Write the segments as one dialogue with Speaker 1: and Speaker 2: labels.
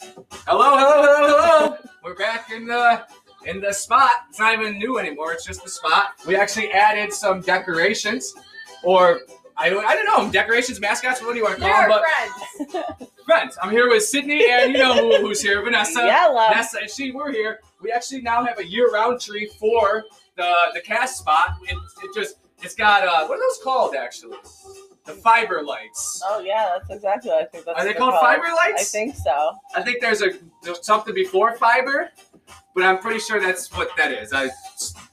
Speaker 1: Hello, hello, hello, hello. We're back in the in the spot. It's not even new anymore. It's just the spot. We actually added some decorations, or I don't, I don't know, decorations, mascots. What do you want to call
Speaker 2: They're
Speaker 1: them? Um, But
Speaker 2: friends.
Speaker 1: friends, I'm here with Sydney, and you know who, who's here, Vanessa.
Speaker 3: Yellow.
Speaker 1: Vanessa and she were here. We actually now have a year-round tree for the the cast spot. It, it just it's got uh, what are those called actually? The fiber lights.
Speaker 3: Oh yeah, that's exactly what I think. That's
Speaker 1: Are they
Speaker 3: what
Speaker 1: called
Speaker 3: they're
Speaker 1: fiber
Speaker 3: I
Speaker 1: lights?
Speaker 3: think so.
Speaker 1: I think there's a there's something before fiber, but I'm pretty sure that's what that is. I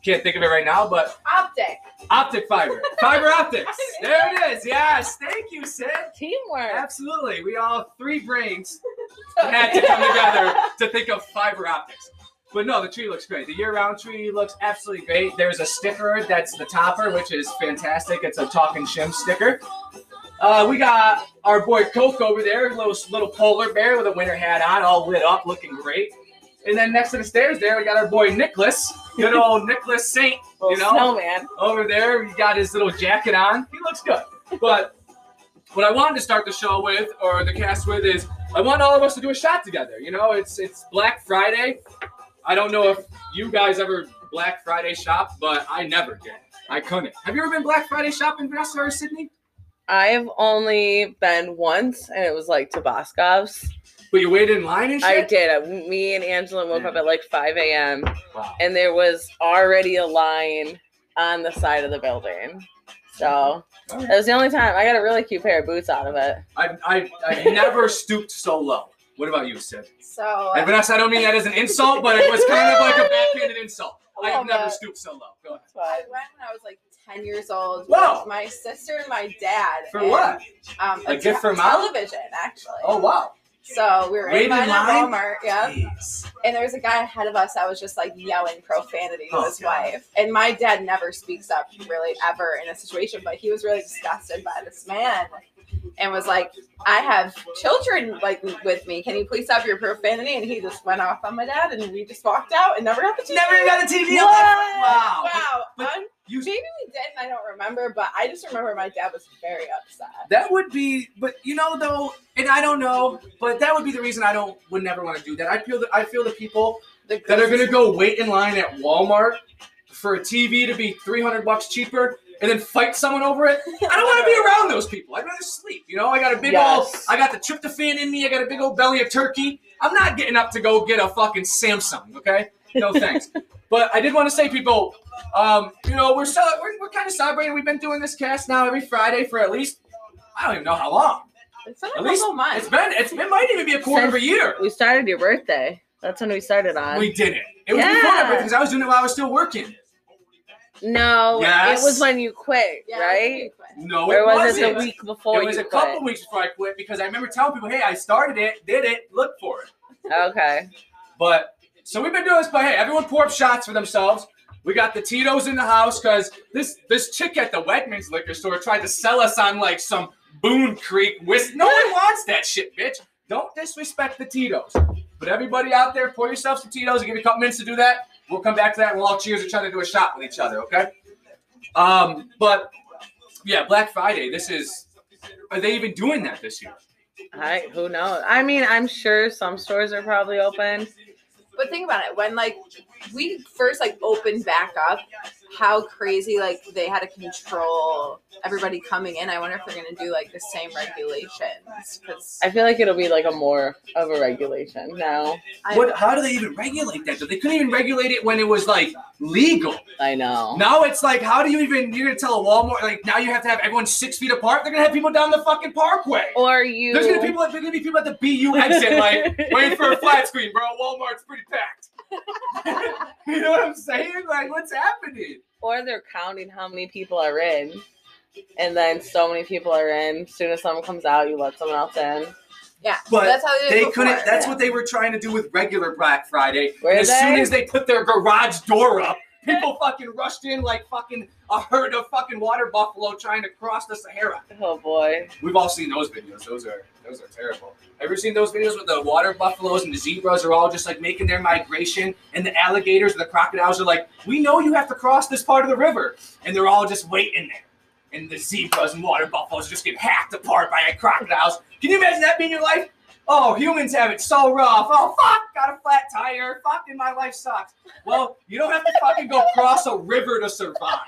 Speaker 1: can't think of it right now, but
Speaker 2: Optic.
Speaker 1: optic fiber, fiber optics. There it is. Yes, thank you, Sid.
Speaker 3: Teamwork.
Speaker 1: Absolutely, we all three brains had to come together to think of fiber optics. But no, the tree looks great. The year-round tree looks absolutely great. There's a sticker that's the topper, which is fantastic. It's a Talking Shim sticker. Uh, we got our boy Coke over there, little little polar bear with a winter hat on, all lit up, looking great. And then next to the stairs there, we got our boy Nicholas, good old Nicholas Saint
Speaker 3: Little
Speaker 1: you know?
Speaker 3: snowman.
Speaker 1: over there. He got his little jacket on. He looks good. But what I wanted to start the show with, or the cast with, is I want all of us to do a shot together. You know, it's it's Black Friday. I don't know if you guys ever Black Friday shop, but I never did. I couldn't. Have you ever been Black Friday shopping, Vanessa or Sydney?
Speaker 3: I've only been once, and it was like to Boscov's.
Speaker 1: But you waited in line and shit.
Speaker 3: I did. I- Me and Angela woke up at like 5 a.m.
Speaker 1: Wow.
Speaker 3: and there was already a line on the side of the building. So
Speaker 1: All right.
Speaker 3: that was the only time I got a really cute pair of boots out of it.
Speaker 1: I I I never stooped so low. What about you, Sid?
Speaker 2: So uh,
Speaker 1: And Vanessa, I don't mean that as an insult, but it was kind of like a backhanded insult. I have
Speaker 2: Well,
Speaker 1: never
Speaker 2: but-
Speaker 1: stooped so low. Go ahead.
Speaker 2: I went when I was like 10 years old
Speaker 1: Wow.
Speaker 2: with my sister and my dad.
Speaker 1: For
Speaker 2: and,
Speaker 1: what?
Speaker 2: Um,
Speaker 1: A gift
Speaker 2: te-
Speaker 1: for Mom?
Speaker 2: television, actually.
Speaker 1: Oh wow.
Speaker 2: So we were
Speaker 1: Wait
Speaker 2: in
Speaker 1: in
Speaker 2: line at
Speaker 1: line?
Speaker 2: Walmart, yeah. And there was a guy ahead of us that was just like yelling profanity to
Speaker 1: Oh,
Speaker 2: his
Speaker 1: God.
Speaker 2: wife. And my dad never speaks up really ever in a situation, but he was really disgusted by this man and was like, I have children like with me. Can you please stop your profanity? And he just went off on my dad and we just walked out and never got the TV.
Speaker 1: Never even got a TV.
Speaker 2: What?
Speaker 1: Wow. Wow.
Speaker 2: Wow.
Speaker 1: But-
Speaker 2: Un-
Speaker 1: You,
Speaker 2: Maybe we did, and I don't remember, but I just remember my dad was very upset.
Speaker 1: that would be, but you know though, and I don't know, but that would be the reason I don't would never want to do that. I feel that I feel the people
Speaker 2: The
Speaker 1: that are gonna go wait in line at Walmart for a TV to be three hundred bucks cheaper and then fight someone over it. I don't want to be around those people. I'd rather sleep. You know, I got a big old,
Speaker 3: Yes.
Speaker 1: I got the tryptophan in me. I got a big old belly of turkey. I'm not getting up to go get a fucking Samsung. Okay, no thanks. but I did want to say, people, um, you know, we're cel- we're, we're kind of celebrating. We've been doing this cast now every Friday for at least I don't even know how long.
Speaker 2: It's been a
Speaker 1: At
Speaker 2: couple
Speaker 1: least
Speaker 2: months.
Speaker 1: It's been it's it might even be a quarter of a year.
Speaker 3: We started your birthday. That's when we started on.
Speaker 1: We did it. It was
Speaker 3: Yeah.
Speaker 1: before that because I was doing it while I was still working.
Speaker 3: no,
Speaker 1: Yes.
Speaker 3: it was when you quit,
Speaker 2: Yeah,
Speaker 3: right?
Speaker 1: No, it
Speaker 3: Or was it
Speaker 1: wasn't.
Speaker 3: the week before
Speaker 1: it was
Speaker 3: you
Speaker 1: a
Speaker 3: quit?
Speaker 1: couple weeks before I quit because I remember telling people, "Hey, I started it, did it, look for it."
Speaker 3: Okay.
Speaker 1: But so we've been doing this, but hey, everyone pour up shots for themselves. We got the Tito's in the house because this this chick at the Wegmans liquor store tried to sell us on like some Boone Creek whiskey. No one wants that shit, bitch. Don't disrespect the Tito's. But everybody out there, pour yourself some Tito's and give you a couple minutes to do that. We'll come back to that and we'll all cheers each other, do a shot with each other, okay? Um, but yeah, Black Friday. This is. Are they even doing that this year?
Speaker 3: I who knows? I mean, I'm sure some stores are probably open.
Speaker 2: But think about it. When like we first like opened back up, how crazy like they had to control everybody coming in. I wonder if they're gonna do like the same regulations. Because
Speaker 3: I feel like it'll be like a more of a regulation now.
Speaker 1: What? How do they even regulate that? They couldn't even regulate it when it was like legal.
Speaker 3: I know.
Speaker 1: Now it's like, how do you even? You're gonna tell a Walmart like now you have to have everyone six feet apart. They're gonna have people down the fucking parkway.
Speaker 3: Or you
Speaker 1: There's gonna be people. There's gonna be people at the BU exit like waiting for a flat screen, bro. Walmart's pretty packed. you know what I'm saying? Like, what's happening?
Speaker 3: or they're counting how many people are in. And then so many people are in. As soon as someone comes out, you let someone else in.
Speaker 2: yeah,
Speaker 1: But
Speaker 2: that's how they, did it
Speaker 1: They
Speaker 2: before.
Speaker 1: couldn't. That's what they were trying to do with regular Black Friday.
Speaker 3: Were
Speaker 1: and as soon
Speaker 3: they?
Speaker 1: as they put their garage door up, people fucking rushed in like fucking a herd of fucking water buffalo trying to cross the Sahara.
Speaker 3: Oh boy.
Speaker 1: We've all seen those videos. Those are those are terrible. Ever seen those videos with the water buffaloes and the zebras are all just like making their migration, and the alligators and the crocodiles are like, "We know you have to cross this part of the river," and they're all just waiting there. And the zebras and water buffaloes just get hacked apart by crocodiles. Can you imagine that being your life? oh, humans have it so rough. Oh, fuck, got a flat tire. Fucking my life sucks. Well, you don't have to fucking go cross a river to survive.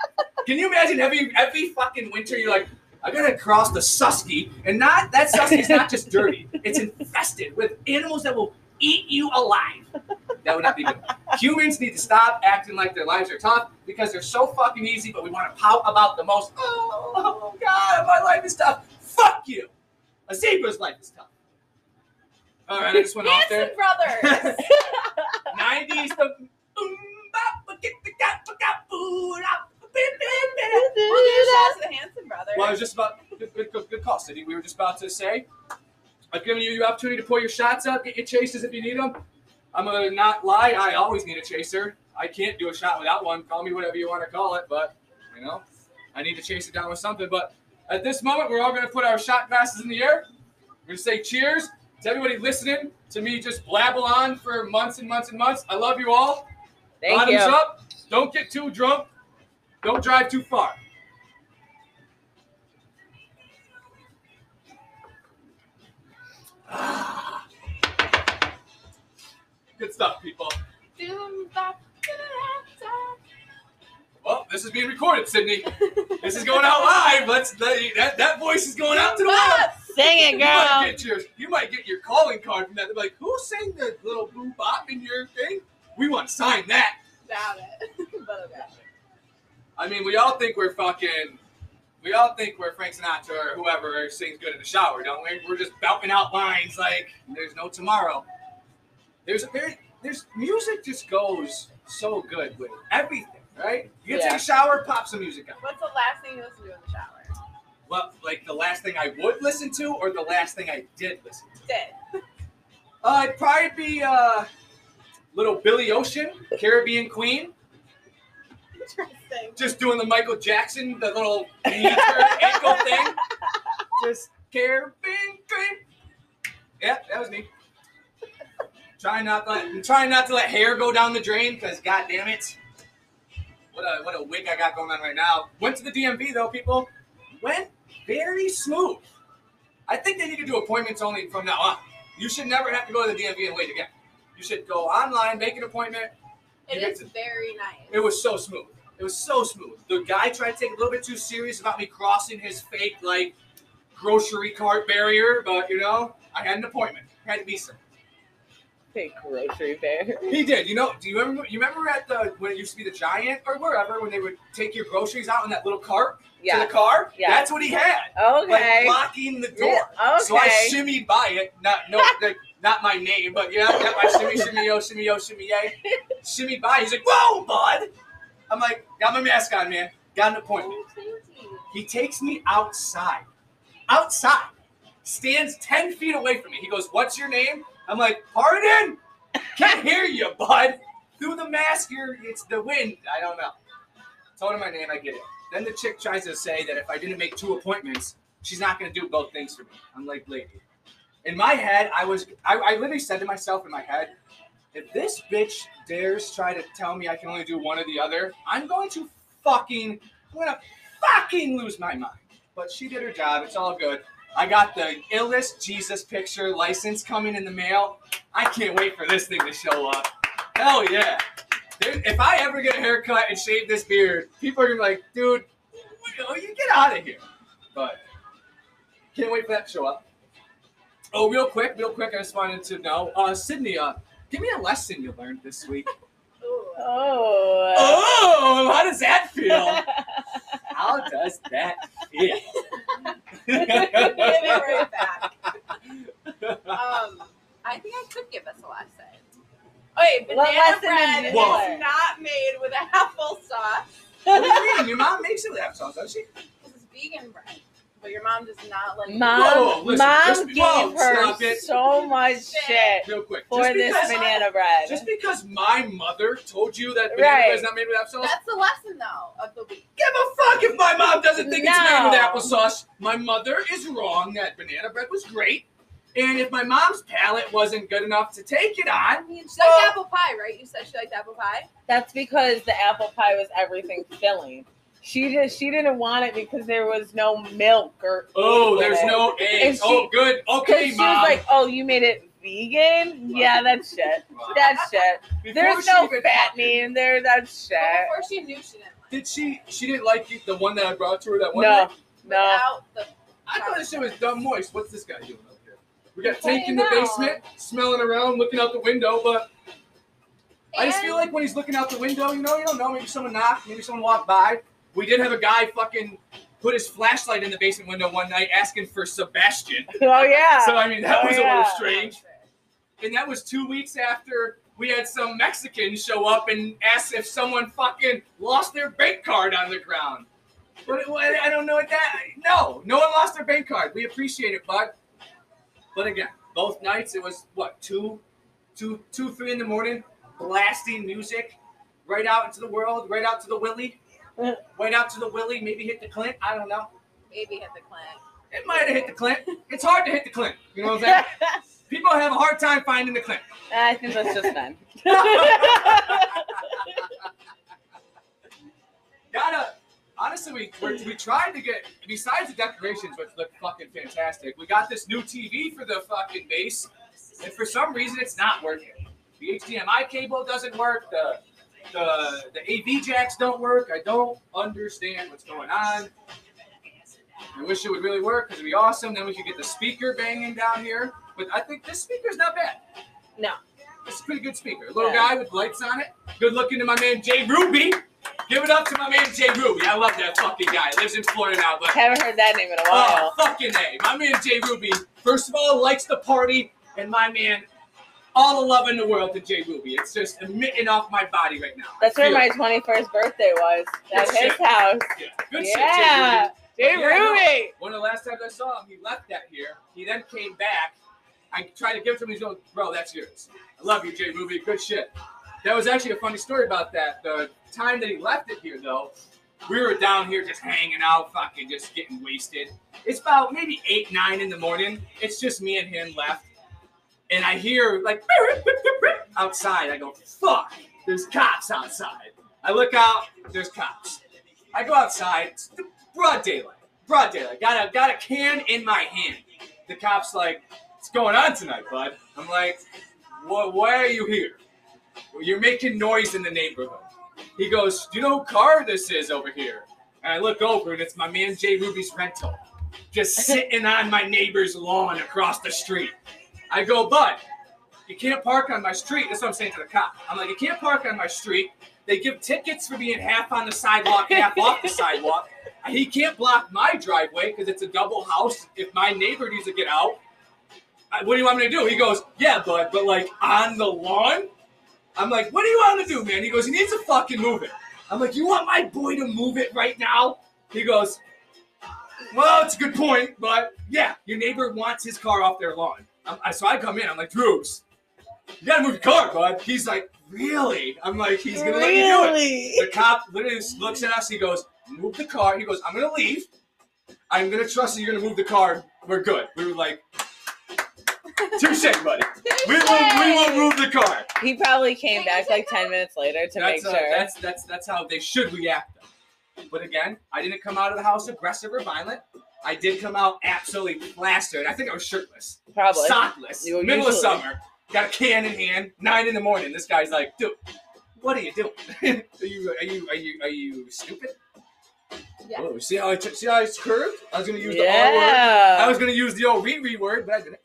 Speaker 1: Can you imagine every every fucking winter you're like, I gotta cross the Susky, and not that Susky's not just dirty; it's infested with animals that will eat you alive. That would not be good. Humans need to stop acting like their lives are tough because they're so fucking easy, but we want to pout about the most. Oh, God, my life is tough. Fuck you. A zebra's life is tough. All right, I just went off there.
Speaker 2: Hanson Brothers.
Speaker 1: 90s. The, Boom, bop, get the cat, fuck out, boo, lop, bim, bim, bim.
Speaker 2: We'll do shots of the Hanson Brothers.
Speaker 1: Well, I was just about good, good, good, good call, Cindy. We were just about to say, I've given you the opportunity to pull your shots up, get your chases if you need them. I'm gonna not lie. I always need a chaser. I can't do a shot without one. Call me whatever you want to call it, but you know, I need to chase it down with something. But at this moment, we're all gonna put our shot glasses in the air. We're gonna say cheers to everybody listening to me just blabble on for months and months and months. I love you all.
Speaker 3: Thank
Speaker 1: Bottoms
Speaker 3: you.
Speaker 1: up. Don't get too drunk. Don't drive too far. Ah. Good stuff, people.
Speaker 2: Doom, bop, da-da-da-da.
Speaker 1: Well, this is being recorded, Sydney. This is going out live. Let's that that voice is going out to the world. You
Speaker 3: Sing it,
Speaker 1: might
Speaker 3: girl.
Speaker 1: get your you might get your calling card from that. They're like, who sang the little blue bop in your thing? We want to sign that.
Speaker 2: Doubt it. But okay.
Speaker 1: I mean, we all think we're fucking. We all think we're Frank Sinatra or whoever sings good in the shower, don't we? We're just belting out lines like there's no tomorrow. There's there, there's music just goes so good with everything, right? You get to
Speaker 3: Yeah.
Speaker 1: the shower, pop some music on.
Speaker 2: What's the last thing you listen to in the shower?
Speaker 1: Well, like the last thing I would listen to, or the last thing I did listen to.
Speaker 2: Did.
Speaker 1: Uh, it'd probably be uh, little Billy Ocean, Caribbean Queen.
Speaker 2: Interesting.
Speaker 1: just doing the Michael Jackson, the little knee turn ankle thing. Just care, bing, bing. Yeah, that was me. Trying not to let, I'm trying not to let hair go down the drain, cause god damn it, what a what a wig I got going on right now. Went to the DMV though, people. Went very smooth. I think they need to do appointments only from now on. You should never have to go to the DMV and wait again. You should go online, make an appointment,
Speaker 2: It
Speaker 1: You
Speaker 2: is
Speaker 1: get
Speaker 2: very nice.
Speaker 1: it was so smooth. It was so smooth. The guy tried to take a little bit too serious about me crossing his fake like grocery cart barrier, but you know, I had an appointment. Had to be some.
Speaker 3: Big grocery bear.
Speaker 1: He did. You know? Do you remember? You remember at the when it used to be the Giant or wherever when they would take your groceries out in that little cart to
Speaker 3: Yeah.
Speaker 1: the car?
Speaker 3: Yeah.
Speaker 1: That's what he had. Like
Speaker 3: Okay.
Speaker 1: blocking the door.
Speaker 3: Yeah,
Speaker 1: So I
Speaker 3: okay.
Speaker 1: shimmy by it. Not no, like, not my name, but yeah, I got my shimmy, shimmy, yo, shimmy, yo, shimmy, yay. Shimmy by. He's like, whoa, bud. I'm like, got my mask on, man. Got an appointment. He takes me outside. Outside. Stands 10 feet away from me. He goes, What's your name? I'm like, Pardon? Can't hear you, bud. Through the mask, you're, it's the wind. I don't know. Told him my name, I get it. Then the chick tries to say that if I didn't make two appointments, she's not going to do both things for me. I'm like, lady. In my head, I was, I, I literally said to myself in my head, if this bitch dares try to tell me I can only do one or the other, I'm going to fucking, I'm going to fucking lose my mind. But she did her job. It's all good. I got the illest Jesus picture license coming in the mail. I can't wait for this thing to show up. Hell yeah. Dude, if I ever get a haircut and shave this beard, people are gonna be like, dude, will you get out of here. But can't wait for that to show up. Oh, real quick, real quick, I just wanted to know, uh, Sydney, uh, give me a lesson you learned this week.
Speaker 2: Ooh.
Speaker 3: Oh.
Speaker 1: oh, how does that feel? How does that feel?
Speaker 2: Give it right back. Um, I think I could give us a lesson. Okay,
Speaker 3: What
Speaker 2: banana
Speaker 3: lesson
Speaker 2: bread
Speaker 3: did
Speaker 2: is
Speaker 1: you
Speaker 3: learn?
Speaker 2: not made with applesauce.
Speaker 1: what do you mean? Your mom makes you laugh songs, does she?
Speaker 2: This is vegan bread, but your mom does not like.
Speaker 3: Mom,
Speaker 1: Whoa, listen,
Speaker 3: mom
Speaker 1: just-
Speaker 3: gave
Speaker 1: whoa, stop
Speaker 3: her
Speaker 1: it.
Speaker 3: so much shit
Speaker 1: Real quick.
Speaker 3: for
Speaker 1: just
Speaker 3: this
Speaker 1: because,
Speaker 3: banana bread.
Speaker 1: Just because my mother told you that banana
Speaker 3: Right.
Speaker 1: bread's not made with applesauce,
Speaker 2: That's the lesson though of the week.
Speaker 1: give a fuck if my mom doesn't think it's made with
Speaker 3: No.
Speaker 1: applesauce. My mother is wrong that banana bread was great. And if my mom's palate wasn't good enough to take it on,
Speaker 2: She liked
Speaker 1: Oh.
Speaker 2: apple pie, right? You said she liked apple pie.
Speaker 3: That's because the apple pie was everything filling. She just she didn't want it because there was no milk or
Speaker 1: Oh,
Speaker 3: eggs in
Speaker 1: there's
Speaker 3: it.
Speaker 1: no eggs.
Speaker 3: she-
Speaker 1: oh, good.
Speaker 3: 'Cause
Speaker 1: Okay,
Speaker 3: she
Speaker 1: mom.
Speaker 3: was like, "Oh, you made it vegan? Yeah, that's shit.
Speaker 1: Wow.
Speaker 3: That's shit.
Speaker 1: Before
Speaker 3: There's
Speaker 1: she
Speaker 3: no
Speaker 1: even
Speaker 3: fat
Speaker 1: talked-
Speaker 3: meat in there. That's shit.
Speaker 2: Before she knew she didn't like
Speaker 1: Did she? She didn't like you- the one that I brought to her that one
Speaker 3: No,
Speaker 1: night.
Speaker 3: no.
Speaker 2: without the
Speaker 1: I thought this shit was dumb moist. What's this guy doing up here? We got
Speaker 2: Well,
Speaker 1: Tank in
Speaker 2: you
Speaker 1: the
Speaker 2: know.
Speaker 1: basement, smelling around, looking out the window. But I just feel like when he's looking out the window, you know, you don't know. Maybe someone knocked. Maybe someone walked by. We did have a guy fucking put his flashlight in the basement window one night, asking for Sebastian.
Speaker 3: Oh yeah.
Speaker 1: So I mean, that
Speaker 3: Oh,
Speaker 1: was a
Speaker 3: yeah.
Speaker 1: little strange. and that was two weeks after we had some Mexican show up and ask if someone fucking lost their bank card on the ground. But it, well, I don't know what that. No, no one lost their bank card. We appreciate it, bud. But again, both nights it was what two, two, two, three in the morning, blasting music, right out into the world, right out to the Willie, right out to the Willie. Maybe hit the Clint. I don't know.
Speaker 2: Maybe hit the clinic.
Speaker 1: It might have hit the Clint. It's hard to hit the Clint. You know what I'm saying? People have a hard time finding the Clint.
Speaker 3: I think that's just fun.
Speaker 1: gotta honestly we we we tried to get besides the decorations which look fucking fantastic we got this new tv for the fucking base and for some reason it's not working the hdmi cable doesn't work the the the av jacks don't work i don't understand what's going on i wish it would really work because it'd be awesome then we could get the speaker banging down here but i think this speaker's not bad
Speaker 2: No.
Speaker 1: it's a pretty good speaker little
Speaker 3: Yeah.
Speaker 1: guy with lights on it good looking to my man jay ruby Give it up to my man Jay Ruby. I love that fucking guy. Lives in Florida now, but
Speaker 3: Haven't heard that name in a
Speaker 1: oh
Speaker 3: while.
Speaker 1: fucking name. My man Jay Ruby. First of all, likes the party, and my man, all the love in the world to Jay Ruby. It's just emitting off my body right now.
Speaker 3: That's where
Speaker 1: Feel
Speaker 3: my 21st birthday was at
Speaker 1: Good
Speaker 3: his
Speaker 1: Oh, shit.
Speaker 3: house.
Speaker 1: it. Yeah. good shit, Jay
Speaker 3: yeah,
Speaker 1: Ruby.
Speaker 3: Jay
Speaker 1: Yeah, I know.
Speaker 3: Ruby.
Speaker 1: One of the last times I saw him, he left that here. He then came back. I tried to give it to him. He's going, bro, that's yours. I love you, Jay Ruby. Good shit. That was actually a funny story about that. The time that he left it here, though, we were down here just hanging out, fucking just getting wasted. It's about maybe eight, nine in the morning. It's just me and him left. And I hear like outside. I go, fuck, there's cops outside. I look out, there's cops. I go outside, it's broad daylight, broad daylight. Got a got a can in my hand. The cops like, what's going on tonight, bud? I'm like, what? Why are you here? You're making noise in the neighborhood. He goes, do you know who car this is over here? And I look over, and it's my man Jay Ruby's rental, just sitting on my neighbor's lawn across the street. I go, bud, you can't park on my street. That's what I'm saying to the cop. I'm like, you can't park on my street. They give tickets for being half on the sidewalk, half off the sidewalk. He can't block my driveway because it's a double house. If my neighbor needs to get out, I- what do you want me to do? He goes, yeah, bud, but like on the lawn? I'm like, what do you want me to do, man? He goes, he needs to fucking move it. I'm like, you want my boy to move it right now? He goes, well, it's a good point, but yeah, your neighbor wants his car off their lawn. I'm, I, so I come in, I'm like, Drews, you gotta move your car, bud. He's like, really? I'm like, he's gonna let you do it. The cop literally just looks at us. He goes, "Move the car." He goes, "I'm gonna leave. I'm gonna trust that you're gonna move the car. We're good." We were like, "Touche, buddy. We will, we will move the car."
Speaker 3: He probably came back like 10 minutes later to make
Speaker 1: That's, uh,
Speaker 3: sure.
Speaker 1: that's that's that's how they should react. though. But again, I didn't come out of the house aggressive or violent. I did come out absolutely plastered. I think I was shirtless,
Speaker 3: Probably.
Speaker 1: sockless,
Speaker 3: You
Speaker 1: middle of
Speaker 3: usually-
Speaker 1: summer. Got a can in hand, nine in the morning. This guy's like, "Dude, what are you doing? are you are you are you are you stupid?"
Speaker 2: Yeah.
Speaker 1: Oh, see how I took, see how it's curved? I was gonna use the R word. I
Speaker 3: Yeah.
Speaker 1: was gonna use the old re word, but I didn't.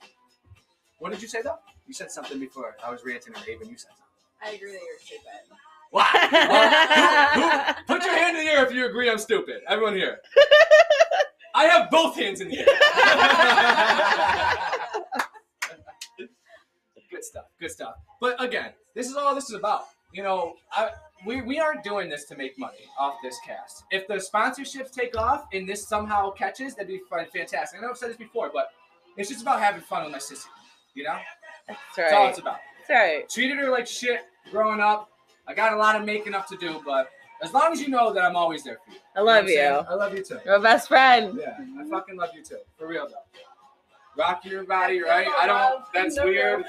Speaker 1: What did you say though? You said something before. I was ranting and raving. You said something.
Speaker 2: I agree that you're stupid.
Speaker 1: Why? Why? Who- who- Put your hand in the air if you agree I'm stupid. Everyone here. I have both hands in the air. good stuff. Good stuff. But again, this is all this is about. You know, I, we, we aren't doing this to make money off this cast. If the sponsorships take off and this somehow catches, that'd be fun, fantastic. I know I've said this before, but it's just about having fun with my sister. You know,
Speaker 3: That's
Speaker 1: that's all
Speaker 3: right.
Speaker 1: it's about
Speaker 3: That's right.
Speaker 1: treated her like shit growing up. I got a lot of making up to do, but as long as you know that I'm always there for you.
Speaker 3: I love
Speaker 1: know what I'm
Speaker 3: you.
Speaker 1: saying? I love you too.
Speaker 3: You're my best friend.
Speaker 1: Yeah, I fucking love you too. For real though. Rock your body, right? I don't. That's weird.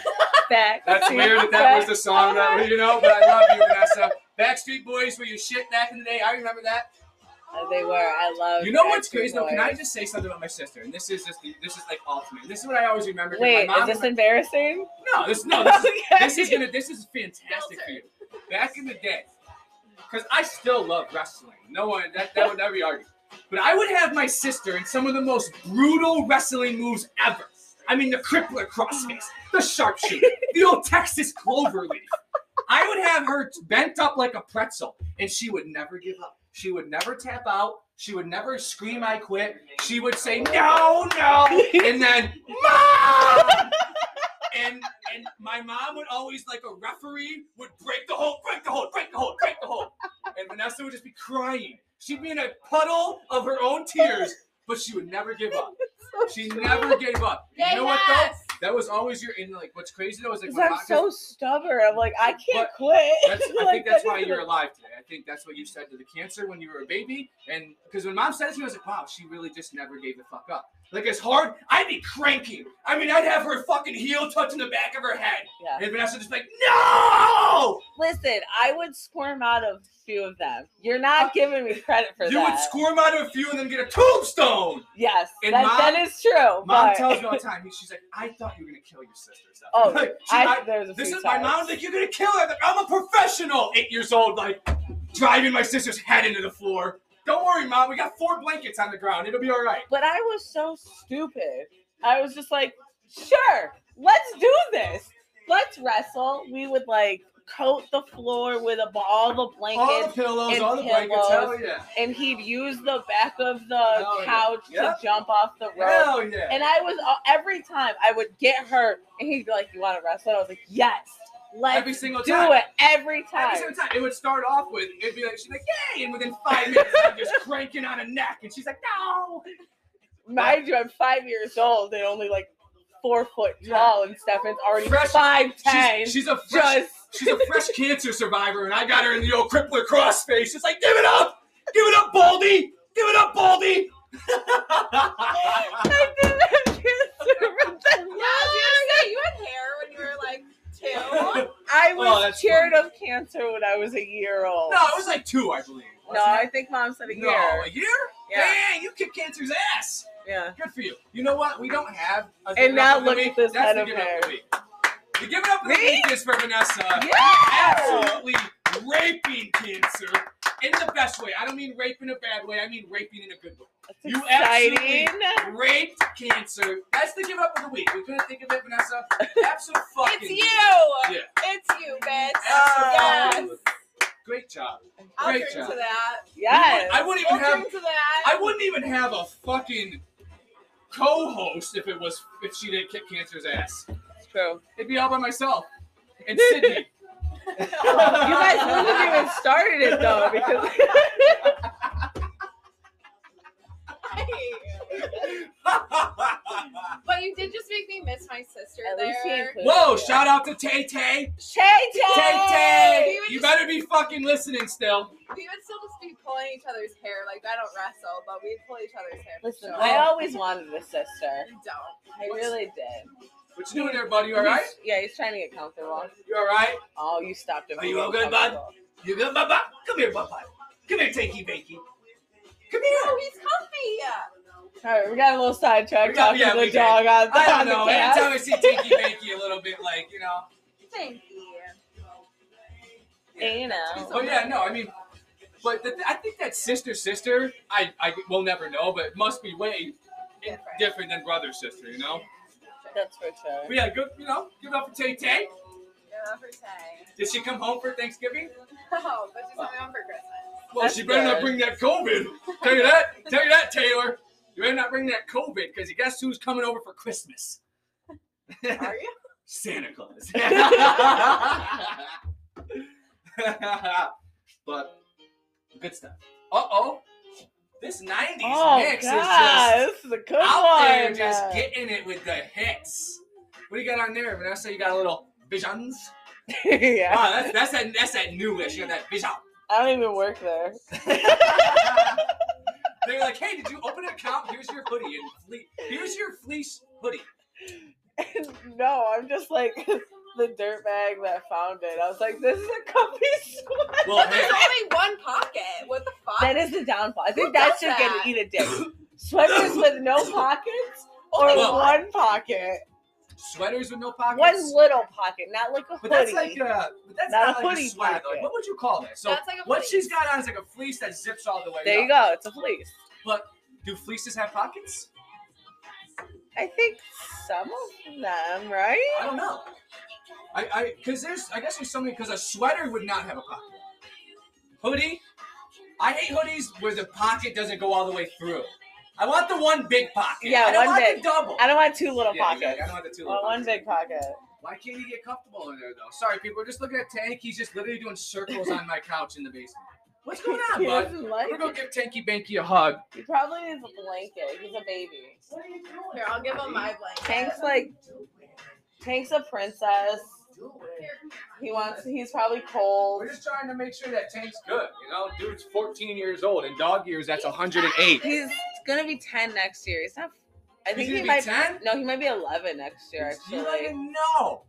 Speaker 3: Back.
Speaker 1: That's weird that that was the song that you know. But I love you, Vanessa. Backstreet Boys, were your shit back in the day. I remember that.
Speaker 3: Uh, They were. I love.
Speaker 1: You know what's
Speaker 3: Backstreet
Speaker 1: crazy though? Can
Speaker 3: Boys.
Speaker 1: I just say something about my sister? And this is just the, this is like ultimate. This is what I always remember. 'cause
Speaker 3: Wait,
Speaker 1: my mom
Speaker 3: is this
Speaker 1: was like,
Speaker 3: embarrassing?
Speaker 1: no, this no, this is,
Speaker 3: Okay.
Speaker 1: this is gonna this is fantastic for you. Back in the day, because I still love wrestling. No one that that would never be argued. But I would have my sister in some of the most brutal wrestling moves ever. I mean, the crippler crossface, the sharpshooter, the old Texas clover leaf. I would have her bent up like a pretzel, and she would never give up. She would never tap out. She would never scream, "I quit." She would say, "No, no," and then, "Mom!" And and my mom would always like a referee would break the hold, break the hold, break the hold, break the hold, and Vanessa would just be crying. She'd be in a puddle of her own tears, but she would never give up. She never gave up. You know what though?
Speaker 2: Yes.
Speaker 1: That was always your and like what's crazy though is like
Speaker 3: 'Cause
Speaker 1: when
Speaker 3: I'm
Speaker 1: Rock-
Speaker 3: so stubborn. I'm like, I can't
Speaker 1: But
Speaker 3: quit.
Speaker 1: that's, I
Speaker 3: Like,
Speaker 1: think that's
Speaker 3: that
Speaker 1: why
Speaker 3: is-
Speaker 1: you're alive today. I think that's what you said to the cancer when you were a baby, and because when mom said it, to me, I was like, wow, she really just never gave the fuck up. Like as hard, I'd be cranking. I mean, I'd have her fucking heel touching the back of her head,
Speaker 3: Yeah.
Speaker 1: and Vanessa just like, no,
Speaker 3: Listen, I would squirm out of a few of them. You're not giving me credit for
Speaker 1: Uh, you
Speaker 3: that.
Speaker 1: would squirm out of a few and then get a tombstone.
Speaker 3: Yes,
Speaker 1: And
Speaker 3: that,
Speaker 1: Mom-
Speaker 3: that is true.
Speaker 1: Mom
Speaker 3: but-
Speaker 1: tells me all the time. She's like, I thought you were gonna kill your sister. or something."
Speaker 3: Oh,
Speaker 1: Like, she- I-
Speaker 3: I, there was a
Speaker 1: This
Speaker 3: few
Speaker 1: is my
Speaker 3: times.
Speaker 1: mom's like, you're gonna kill her. Like, I'm a professional, eight years old, like driving my sister's head into the floor. Don't worry, mom. We got four blankets on the ground. It'll be all right.
Speaker 3: But I was so stupid. I was just like, sure, let's do this. Let's wrestle. We would like coat the floor with a, all the
Speaker 1: All the
Speaker 3: blankets,
Speaker 1: pillows,
Speaker 3: and
Speaker 1: all the blankets.
Speaker 3: pillows.
Speaker 1: Hell yeah.
Speaker 3: and he'd use the back of the
Speaker 1: Oh. yeah.
Speaker 3: couch
Speaker 1: Yep.
Speaker 3: to jump off the rope.
Speaker 1: Hell yeah.
Speaker 3: And I was uh, every time I would get hurt, and he'd be like, "You want to wrestle?" I was like, "Yes, let's
Speaker 1: Every single
Speaker 3: do
Speaker 1: time.
Speaker 3: it every
Speaker 1: Every
Speaker 3: time."
Speaker 1: single time, it would start off with, it'd be like, she's like, yay! And within five minutes, I'm just cranking on a neck. And she's like, no!
Speaker 3: Mind you, I'm five years old and only like four foot
Speaker 1: Yeah.
Speaker 3: tall, and Stefan's already
Speaker 1: Fresh-
Speaker 3: five ten.
Speaker 1: She's, she's a fresh
Speaker 3: just
Speaker 1: She's a fresh cancer survivor, and I got her in the old crippler cross face. It's like, give it up! Give it up, Baldy! Give it up, Baldy!
Speaker 3: I didn't have cancer, but then
Speaker 2: Yeah, I was gonna say, you had hair when you were like two.
Speaker 3: I
Speaker 1: Oh,
Speaker 3: was
Speaker 1: that's
Speaker 3: cured of cancer when I was a year old.
Speaker 1: no, it was like two, I believe.
Speaker 3: No,
Speaker 1: wasn't
Speaker 3: I
Speaker 1: it?
Speaker 3: think mom said a year.
Speaker 1: No, a year?
Speaker 3: Yeah,
Speaker 1: Dang, you kicked cancer's ass!
Speaker 3: yeah.
Speaker 1: Good for you. You know what? We don't have a
Speaker 3: And now look
Speaker 1: week.
Speaker 3: at this
Speaker 1: That's
Speaker 3: head
Speaker 1: the
Speaker 3: of
Speaker 1: give it up
Speaker 3: hair.
Speaker 1: the week. The give it up of the
Speaker 3: Me?
Speaker 1: week is for Vanessa.
Speaker 3: Yeah!
Speaker 1: Absolutely raping cancer in the best way. I don't mean rape in a bad way, I mean raping in a good way.
Speaker 3: That's
Speaker 1: You
Speaker 3: exciting.
Speaker 1: raped cancer. That's the give up of the week. We couldn't think of it, Vanessa. Absolute fucking.
Speaker 2: It's you.
Speaker 1: Yeah.
Speaker 2: It's you, bitch.
Speaker 1: Absolute
Speaker 2: yes.
Speaker 1: Great job.
Speaker 2: I'll
Speaker 1: Great
Speaker 2: drink
Speaker 1: job.
Speaker 2: to that.
Speaker 3: Yes.
Speaker 1: I wouldn't
Speaker 2: I'll
Speaker 1: even have.
Speaker 2: drink to that.
Speaker 1: I wouldn't even have a fucking co-host if it was if she didn't kick cancer's ass.
Speaker 3: It's true.
Speaker 1: It'd be all by myself and Sydney. you
Speaker 3: You guys wouldn't have even started it though, because
Speaker 2: but you did just make me miss my sister
Speaker 3: At least she
Speaker 2: there.
Speaker 3: included
Speaker 1: Whoa!
Speaker 3: it.
Speaker 1: Shout out to Tay Tay.
Speaker 3: Tay
Speaker 1: Tay
Speaker 3: Tay.
Speaker 1: Tay.
Speaker 2: We would
Speaker 1: You
Speaker 2: just-
Speaker 1: better be fucking listening still.
Speaker 2: We would still just be pulling each other's hair. Like I don't wrestle, but we'd pull each other's hair. for
Speaker 3: Listen,
Speaker 2: sure.
Speaker 3: I always wanted a sister.
Speaker 2: You don't.
Speaker 3: I really did.
Speaker 1: What you doing there, buddy? You all right?
Speaker 3: He's- Yeah, he's trying to get comfortable.
Speaker 1: You all right?
Speaker 3: Oh, you stopped him.
Speaker 1: Are you all good, bud? You good, Bubba? Come here, Bubba. Come here, Takey Bakey. Come here.
Speaker 2: No,
Speaker 3: Oh,
Speaker 2: he's comfy.
Speaker 3: All right, we got a little sidetracked
Speaker 1: We got-
Speaker 3: talking
Speaker 1: yeah,
Speaker 3: to
Speaker 1: we
Speaker 3: the
Speaker 1: did.
Speaker 3: dog on,
Speaker 1: I don't
Speaker 3: on the
Speaker 1: know.
Speaker 3: cast.
Speaker 1: Anytime I see Takey Bakey, a little bit like, you know.
Speaker 2: Thank you.
Speaker 3: You know.
Speaker 1: But yeah, no, I mean, but the, I think that sister sister, I, I will never know, but it must be way
Speaker 2: Different.
Speaker 1: different than brother sister, you know?
Speaker 3: That's for sure.
Speaker 1: But yeah, good, you know, give it up for Tay Tay.
Speaker 2: Yeah, for saying.
Speaker 1: Did she come home for Thanksgiving?
Speaker 2: No, but she's coming home for Christmas.
Speaker 1: Well,
Speaker 3: That's
Speaker 1: she better not
Speaker 3: good.
Speaker 1: bring that COVID. Tell you that. Tell you that, Taylor. You better not bring that COVID because you guess who's coming over for Christmas?
Speaker 2: Are you?
Speaker 1: Santa Claus. but good stuff. Uh oh. This 90s
Speaker 3: Oh
Speaker 1: mix
Speaker 3: god,
Speaker 1: is
Speaker 3: this is a good
Speaker 1: just out there
Speaker 3: one.
Speaker 1: just getting it with the hits. What do you got on there, Vanessa? You got a little visions?
Speaker 3: yeah,
Speaker 1: Wow, that's, that's, that, that's that new wish. You got that vision.
Speaker 3: I don't even work there.
Speaker 1: They're like, hey, did you open an account? Here's your hoodie and fleece. Here's your fleece hoodie.
Speaker 3: no, I'm just like the dirtbag that found it. I was like, this is a company sweater.
Speaker 1: Well, hey,
Speaker 2: There's only one pocket. What the fuck?
Speaker 3: That is the downfall. I
Speaker 2: Who
Speaker 3: think that
Speaker 2: does
Speaker 3: should
Speaker 2: that?
Speaker 3: get eat a dick. Sweaters with no pockets or
Speaker 1: Well-
Speaker 3: one pocket.
Speaker 1: sweaters with no pockets.
Speaker 3: One little pocket, not like a hoodie.
Speaker 1: But that's like a but that's not,
Speaker 3: Not a
Speaker 1: like a
Speaker 3: hoodie
Speaker 1: sweater. though. Like,
Speaker 3: pocket.
Speaker 1: what would you call that? So
Speaker 2: That's like a
Speaker 1: what
Speaker 2: fleece.
Speaker 1: she's got on is like a fleece that zips all the way.
Speaker 3: there
Speaker 1: up.
Speaker 3: you go. It's a fleece.
Speaker 1: Do fleeces have pockets?
Speaker 3: I think some of them, right?
Speaker 1: I don't know. I I because there's I guess there's something because a sweater would not have a pocket. Hoodie, I hate hoodies where the pocket doesn't go all the way through. I want the one big pocket.
Speaker 3: Yeah,
Speaker 1: I don't
Speaker 3: one
Speaker 1: want
Speaker 3: big.
Speaker 1: The double.
Speaker 3: I don't want two little
Speaker 1: Yeah,
Speaker 3: pockets.
Speaker 1: exactly. I don't want the two.
Speaker 3: I
Speaker 1: little
Speaker 3: want one
Speaker 1: pockets.
Speaker 3: big pocket.
Speaker 1: Why can't he get comfortable in there though? Sorry, people. We're just looking at Tank. He's just literally doing circles on my couch in the basement. What's going on,
Speaker 3: he
Speaker 1: bud?
Speaker 3: doesn't
Speaker 1: We're
Speaker 3: like
Speaker 1: gonna
Speaker 3: it.
Speaker 1: give Tanky Banky a hug.
Speaker 3: He probably needs a blanket. He's a baby.
Speaker 2: Here, I'll give him my blanket.
Speaker 3: Tank's like, Tank's a princess. He wants. He's probably cold.
Speaker 1: We're just trying to make sure that Tank's good. You know, dude's 14 years old. In dog years, that's 108.
Speaker 3: He's gonna be ten next year. He's not. I think
Speaker 1: He's gonna
Speaker 3: he
Speaker 1: be
Speaker 3: might.
Speaker 1: 10?
Speaker 3: No, he might be eleven next year.
Speaker 1: You don't
Speaker 3: Actually,
Speaker 1: even know.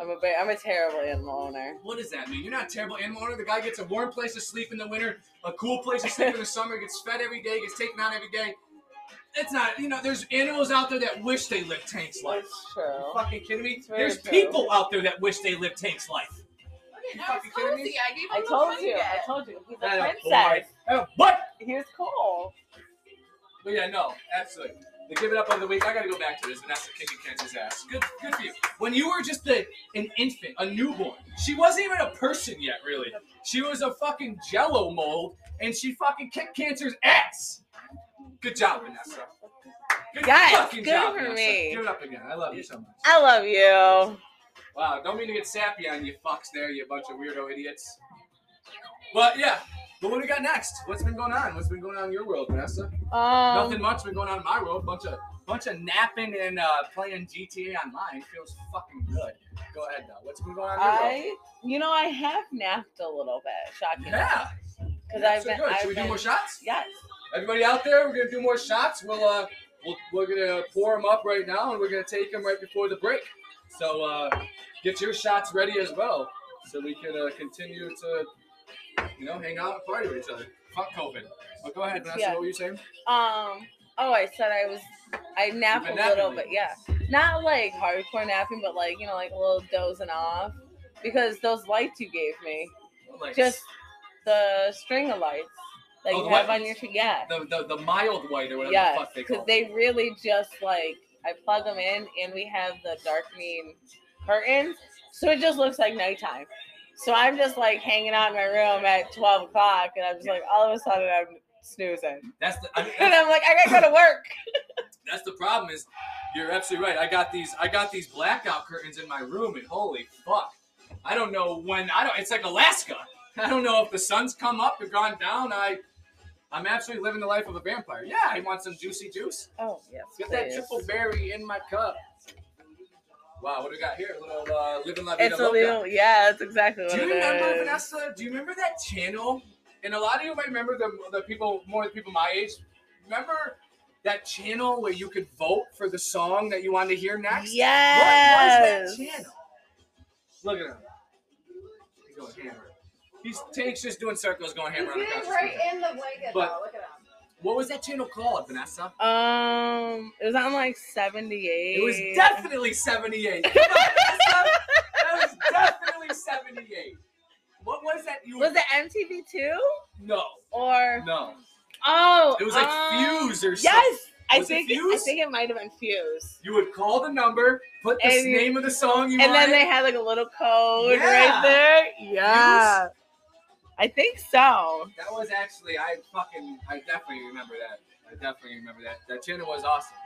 Speaker 3: I'm a. Ba- I'm a terrible animal owner.
Speaker 1: What does that mean? You're not a terrible animal owner. The guy gets a warm place to sleep in the winter, a cool place to sleep in the summer, gets fed every day, gets taken out every day. It's not, you know, there's animals out there that wish they lived Tank's life.
Speaker 3: That's
Speaker 1: You
Speaker 3: true.
Speaker 1: fucking kidding me?
Speaker 3: It's very
Speaker 1: There's
Speaker 3: true.
Speaker 1: people out there that wish they lived Tank's life.
Speaker 2: Okay, now it's cozy. I gave him
Speaker 3: I
Speaker 2: the
Speaker 3: told you. I
Speaker 2: blanket.
Speaker 3: told you. He's
Speaker 1: That
Speaker 3: a
Speaker 1: a
Speaker 3: princess.
Speaker 1: boy. Uh, What?
Speaker 3: He's cool.
Speaker 1: But yeah, no, absolutely. The give it up of the week. I gotta go back to this. Vanessa kicking Kench's ass. Good, good for you. When you were just a, an infant, a newborn, she wasn't even a person yet, really. She was a fucking Jello mold, and she fucking kicked Cancer's ass. Good job, Vanessa. Good
Speaker 3: Yes,
Speaker 1: fucking
Speaker 3: good
Speaker 1: job,
Speaker 3: for
Speaker 1: Vanessa.
Speaker 3: me.
Speaker 1: Give it up again. I love you so much.
Speaker 3: I love you.
Speaker 1: Wow, don't mean to get sappy on you fucks there, you bunch of weirdo idiots. But yeah, but what do we got next? What's been going on? What's been going on in your world, Vanessa?
Speaker 3: Um,
Speaker 1: Nothing much been going on in my world. Bunch of bunch of napping and uh, playing GTA Online feels fucking good. Go ahead though. What's been going on in your world?
Speaker 3: I, you know, I have napped a little bit. Shocking.
Speaker 1: Yeah,
Speaker 3: Because I've
Speaker 1: so
Speaker 3: been.
Speaker 1: good.
Speaker 3: I've
Speaker 1: Should we
Speaker 3: been-
Speaker 1: do more shots?
Speaker 3: Yes.
Speaker 1: Everybody out there, we're gonna do more shots. We'll uh, we'll we're gonna pour them up right now, and we're gonna take them right before the break. So uh, get your shots ready as well, so we can uh, continue to you know hang out and party with each other. Fuck COVID. But go ahead, Vanessa.
Speaker 3: Yeah.
Speaker 1: What were you saying?
Speaker 3: Um. Oh, I said I was. I napped
Speaker 1: You've
Speaker 3: a
Speaker 1: been
Speaker 3: little
Speaker 1: napping
Speaker 3: bit.
Speaker 1: lately.
Speaker 3: Yeah. Not like hardcore napping, but like you know, like a little dozing off. Because those lights you gave me,
Speaker 1: Like,
Speaker 3: just the string of lights that
Speaker 1: Oh,
Speaker 3: you
Speaker 1: the
Speaker 3: have
Speaker 1: white
Speaker 3: on your yeah.
Speaker 1: the, the the mild white or whatever the
Speaker 3: Yes,
Speaker 1: fuck they call.
Speaker 3: because
Speaker 1: it.
Speaker 3: they really just like I plug them in, and we have the darkening curtains, so it just looks like nighttime. So I'm just like hanging out in my room at 12 o'clock, and I'm just like all of a sudden I'm snoozing,
Speaker 1: That's the. I mean,
Speaker 3: and I'm like I gotta go to work.
Speaker 1: That's the problem is you're absolutely right. I got these I got these blackout curtains in my room and holy fuck. I don't know when I don't it's like Alaska. I don't know if the sun's come up or gone down. I I'm absolutely living the life of a vampire. Yeah, I want some juicy juice.
Speaker 3: Oh yes,
Speaker 1: Get that
Speaker 3: please.
Speaker 1: triple berry in my cup. Wow, what do we got here? A little uh, living la vida
Speaker 3: It's a
Speaker 1: loca.
Speaker 3: little, yeah, that's exactly what
Speaker 1: Do you
Speaker 3: it
Speaker 1: remember
Speaker 3: is.
Speaker 1: Vanessa? Do you remember that channel? And a lot of you might remember the the people more the people my age. Remember that channel where you could vote for the song that you wanted to hear next? What
Speaker 3: Yes.
Speaker 1: was that channel? Look at him. He's going hammer. He's Tank's just doing circles, going
Speaker 2: He's
Speaker 1: hammer on the couch.
Speaker 2: getting right in the blanket
Speaker 1: But-
Speaker 2: though. Look at him.
Speaker 1: What was that channel called, Vanessa?
Speaker 3: Um, it was on like 78.
Speaker 1: It was definitely 78. You know, Vanessa, that was definitely 78. What was that? You
Speaker 3: Was it MTV two
Speaker 1: no,
Speaker 3: or
Speaker 1: no.
Speaker 3: oh?
Speaker 1: It was like
Speaker 3: um,
Speaker 1: Fuse or something.
Speaker 3: Yes, I
Speaker 1: Was it
Speaker 3: think I
Speaker 1: Fuse?
Speaker 3: think it might have been Fuse.
Speaker 1: You would call the number, put the
Speaker 3: And you-
Speaker 1: name of the song you
Speaker 3: And
Speaker 1: wanted.
Speaker 3: then they had like a little code
Speaker 1: Yeah.
Speaker 3: right there. Yeah, I think so.
Speaker 1: that was actually I fucking I definitely remember that. I definitely remember that. That channel was awesome.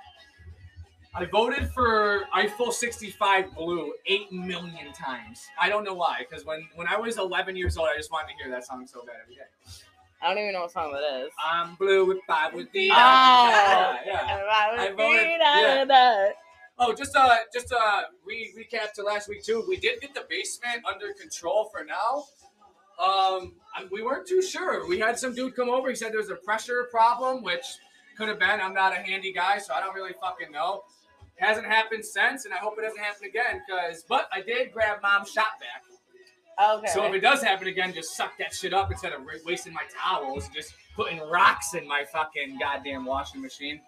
Speaker 1: I voted for Eiffel 65 Blue eight million times. I don't know why, because when when I was 11 years old, I just wanted to hear that song so bad every day.
Speaker 3: I don't even know what song that is.
Speaker 1: I'm blue if I would be.
Speaker 3: Oh.
Speaker 1: Yeah, yeah.
Speaker 3: And I was
Speaker 1: I voted-
Speaker 3: free, da,
Speaker 1: yeah.
Speaker 3: da, da.
Speaker 1: Oh, just uh, just uh, re recap to last week too. We did get the basement under control for now. Um, I- we weren't too sure. We had some dude come over. He said there was a pressure problem, which could have been. I'm not a handy guy, so I don't really fucking know. Hasn't happened since, and I hope it doesn't happen again. Cause, but I did grab mom's shot back.
Speaker 3: Okay.
Speaker 1: So if it does happen again, just suck that shit up instead of ra- wasting my towels, and just putting rocks in my fucking goddamn washing machine.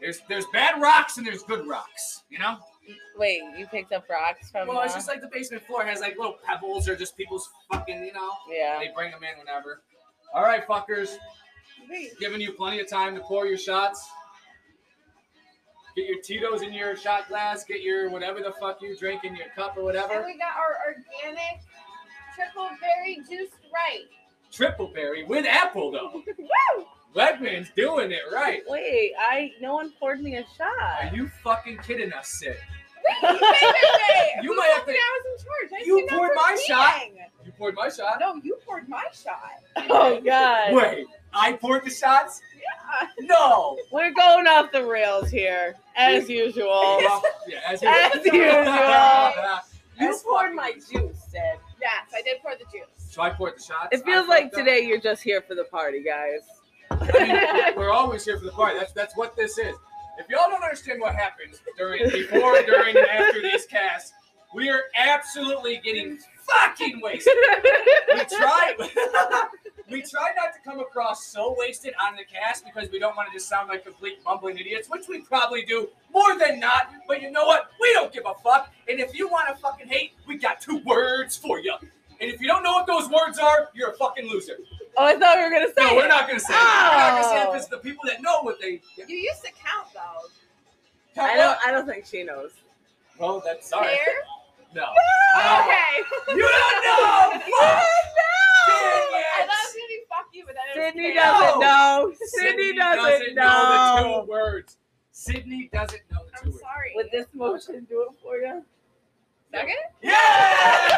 Speaker 1: There's there's bad rocks and there's good rocks, you know.
Speaker 3: Wait, you picked up rocks from?
Speaker 1: Well, it's
Speaker 3: uh,
Speaker 1: just like the basement floor has like little pebbles or just people's fucking, you know.
Speaker 3: yeah.
Speaker 1: They bring them in whenever. All right, fuckers. Giving you plenty of time to pour your shots. Get your Tito's in your shot glass. Get your whatever the fuck you drink in your cup or
Speaker 4: And
Speaker 1: whatever.
Speaker 4: we got our organic triple berry juice right.
Speaker 1: Triple berry with apple though.
Speaker 4: Woo!
Speaker 1: Redman's doing it right.
Speaker 3: Wait, I no one poured me a
Speaker 1: Are
Speaker 3: shot.
Speaker 1: you fucking kidding us, Sid?
Speaker 4: Wait, wait, wait, wait.
Speaker 1: You
Speaker 4: Who
Speaker 1: might have
Speaker 4: told me
Speaker 1: to-
Speaker 4: I was in charge. I
Speaker 1: You
Speaker 4: said not
Speaker 1: poured
Speaker 4: for
Speaker 1: my shot.
Speaker 4: peeing.
Speaker 1: You poured my shot.
Speaker 4: No, you poured my shot.
Speaker 3: Oh god.
Speaker 1: Wait, I poured the shots?
Speaker 4: Yeah.
Speaker 1: No.
Speaker 3: We're going off the rails here, as usual.
Speaker 1: Oh, Well, yeah, as
Speaker 3: As
Speaker 1: usual.
Speaker 3: usual.
Speaker 1: You poured my
Speaker 3: juice, Sid.
Speaker 4: Yes, I did pour the juice.
Speaker 1: So I poured the shots.
Speaker 3: It
Speaker 1: I
Speaker 3: feels like
Speaker 1: fucked up.
Speaker 3: today you're just here for the party, guys.
Speaker 1: I mean, we're always here for the party. That's that's what this is. If y'all don't understand what happens during, before, during, and after these casts, we are absolutely getting fucking wasted. We try, we try not to come across so wasted on the cast because we don't want to just sound like complete bumbling idiots, which we probably do more than not. But you know what? We don't give a fuck. And if you want to fucking hate, we got two words for you. And if you don't know what those words are, you're a fucking loser.
Speaker 3: Oh, I thought we were gonna say.
Speaker 1: No,
Speaker 3: it.
Speaker 1: we're not gonna say. It. We're not gonna say it
Speaker 3: Oh.
Speaker 1: because the people that know what they.
Speaker 4: You used to count though.
Speaker 3: I don't. I don't think she knows.
Speaker 1: Well, Oh, that's sorry.
Speaker 4: Pear?
Speaker 1: No. Oh.
Speaker 3: Okay.
Speaker 1: No. You don't know. What?
Speaker 4: I thought
Speaker 1: Idiots.
Speaker 4: it was gonna be fuck you, but then it was
Speaker 3: Sydney
Speaker 4: pear.
Speaker 1: does-
Speaker 3: doesn't know.
Speaker 1: Sydney
Speaker 3: Sydney doesn't
Speaker 1: know
Speaker 3: know.
Speaker 1: the two words. Sydney doesn't know the
Speaker 4: I'm
Speaker 1: two words.
Speaker 4: sorry.
Speaker 3: Would this motion do it for you?
Speaker 4: Second?
Speaker 1: Yeah!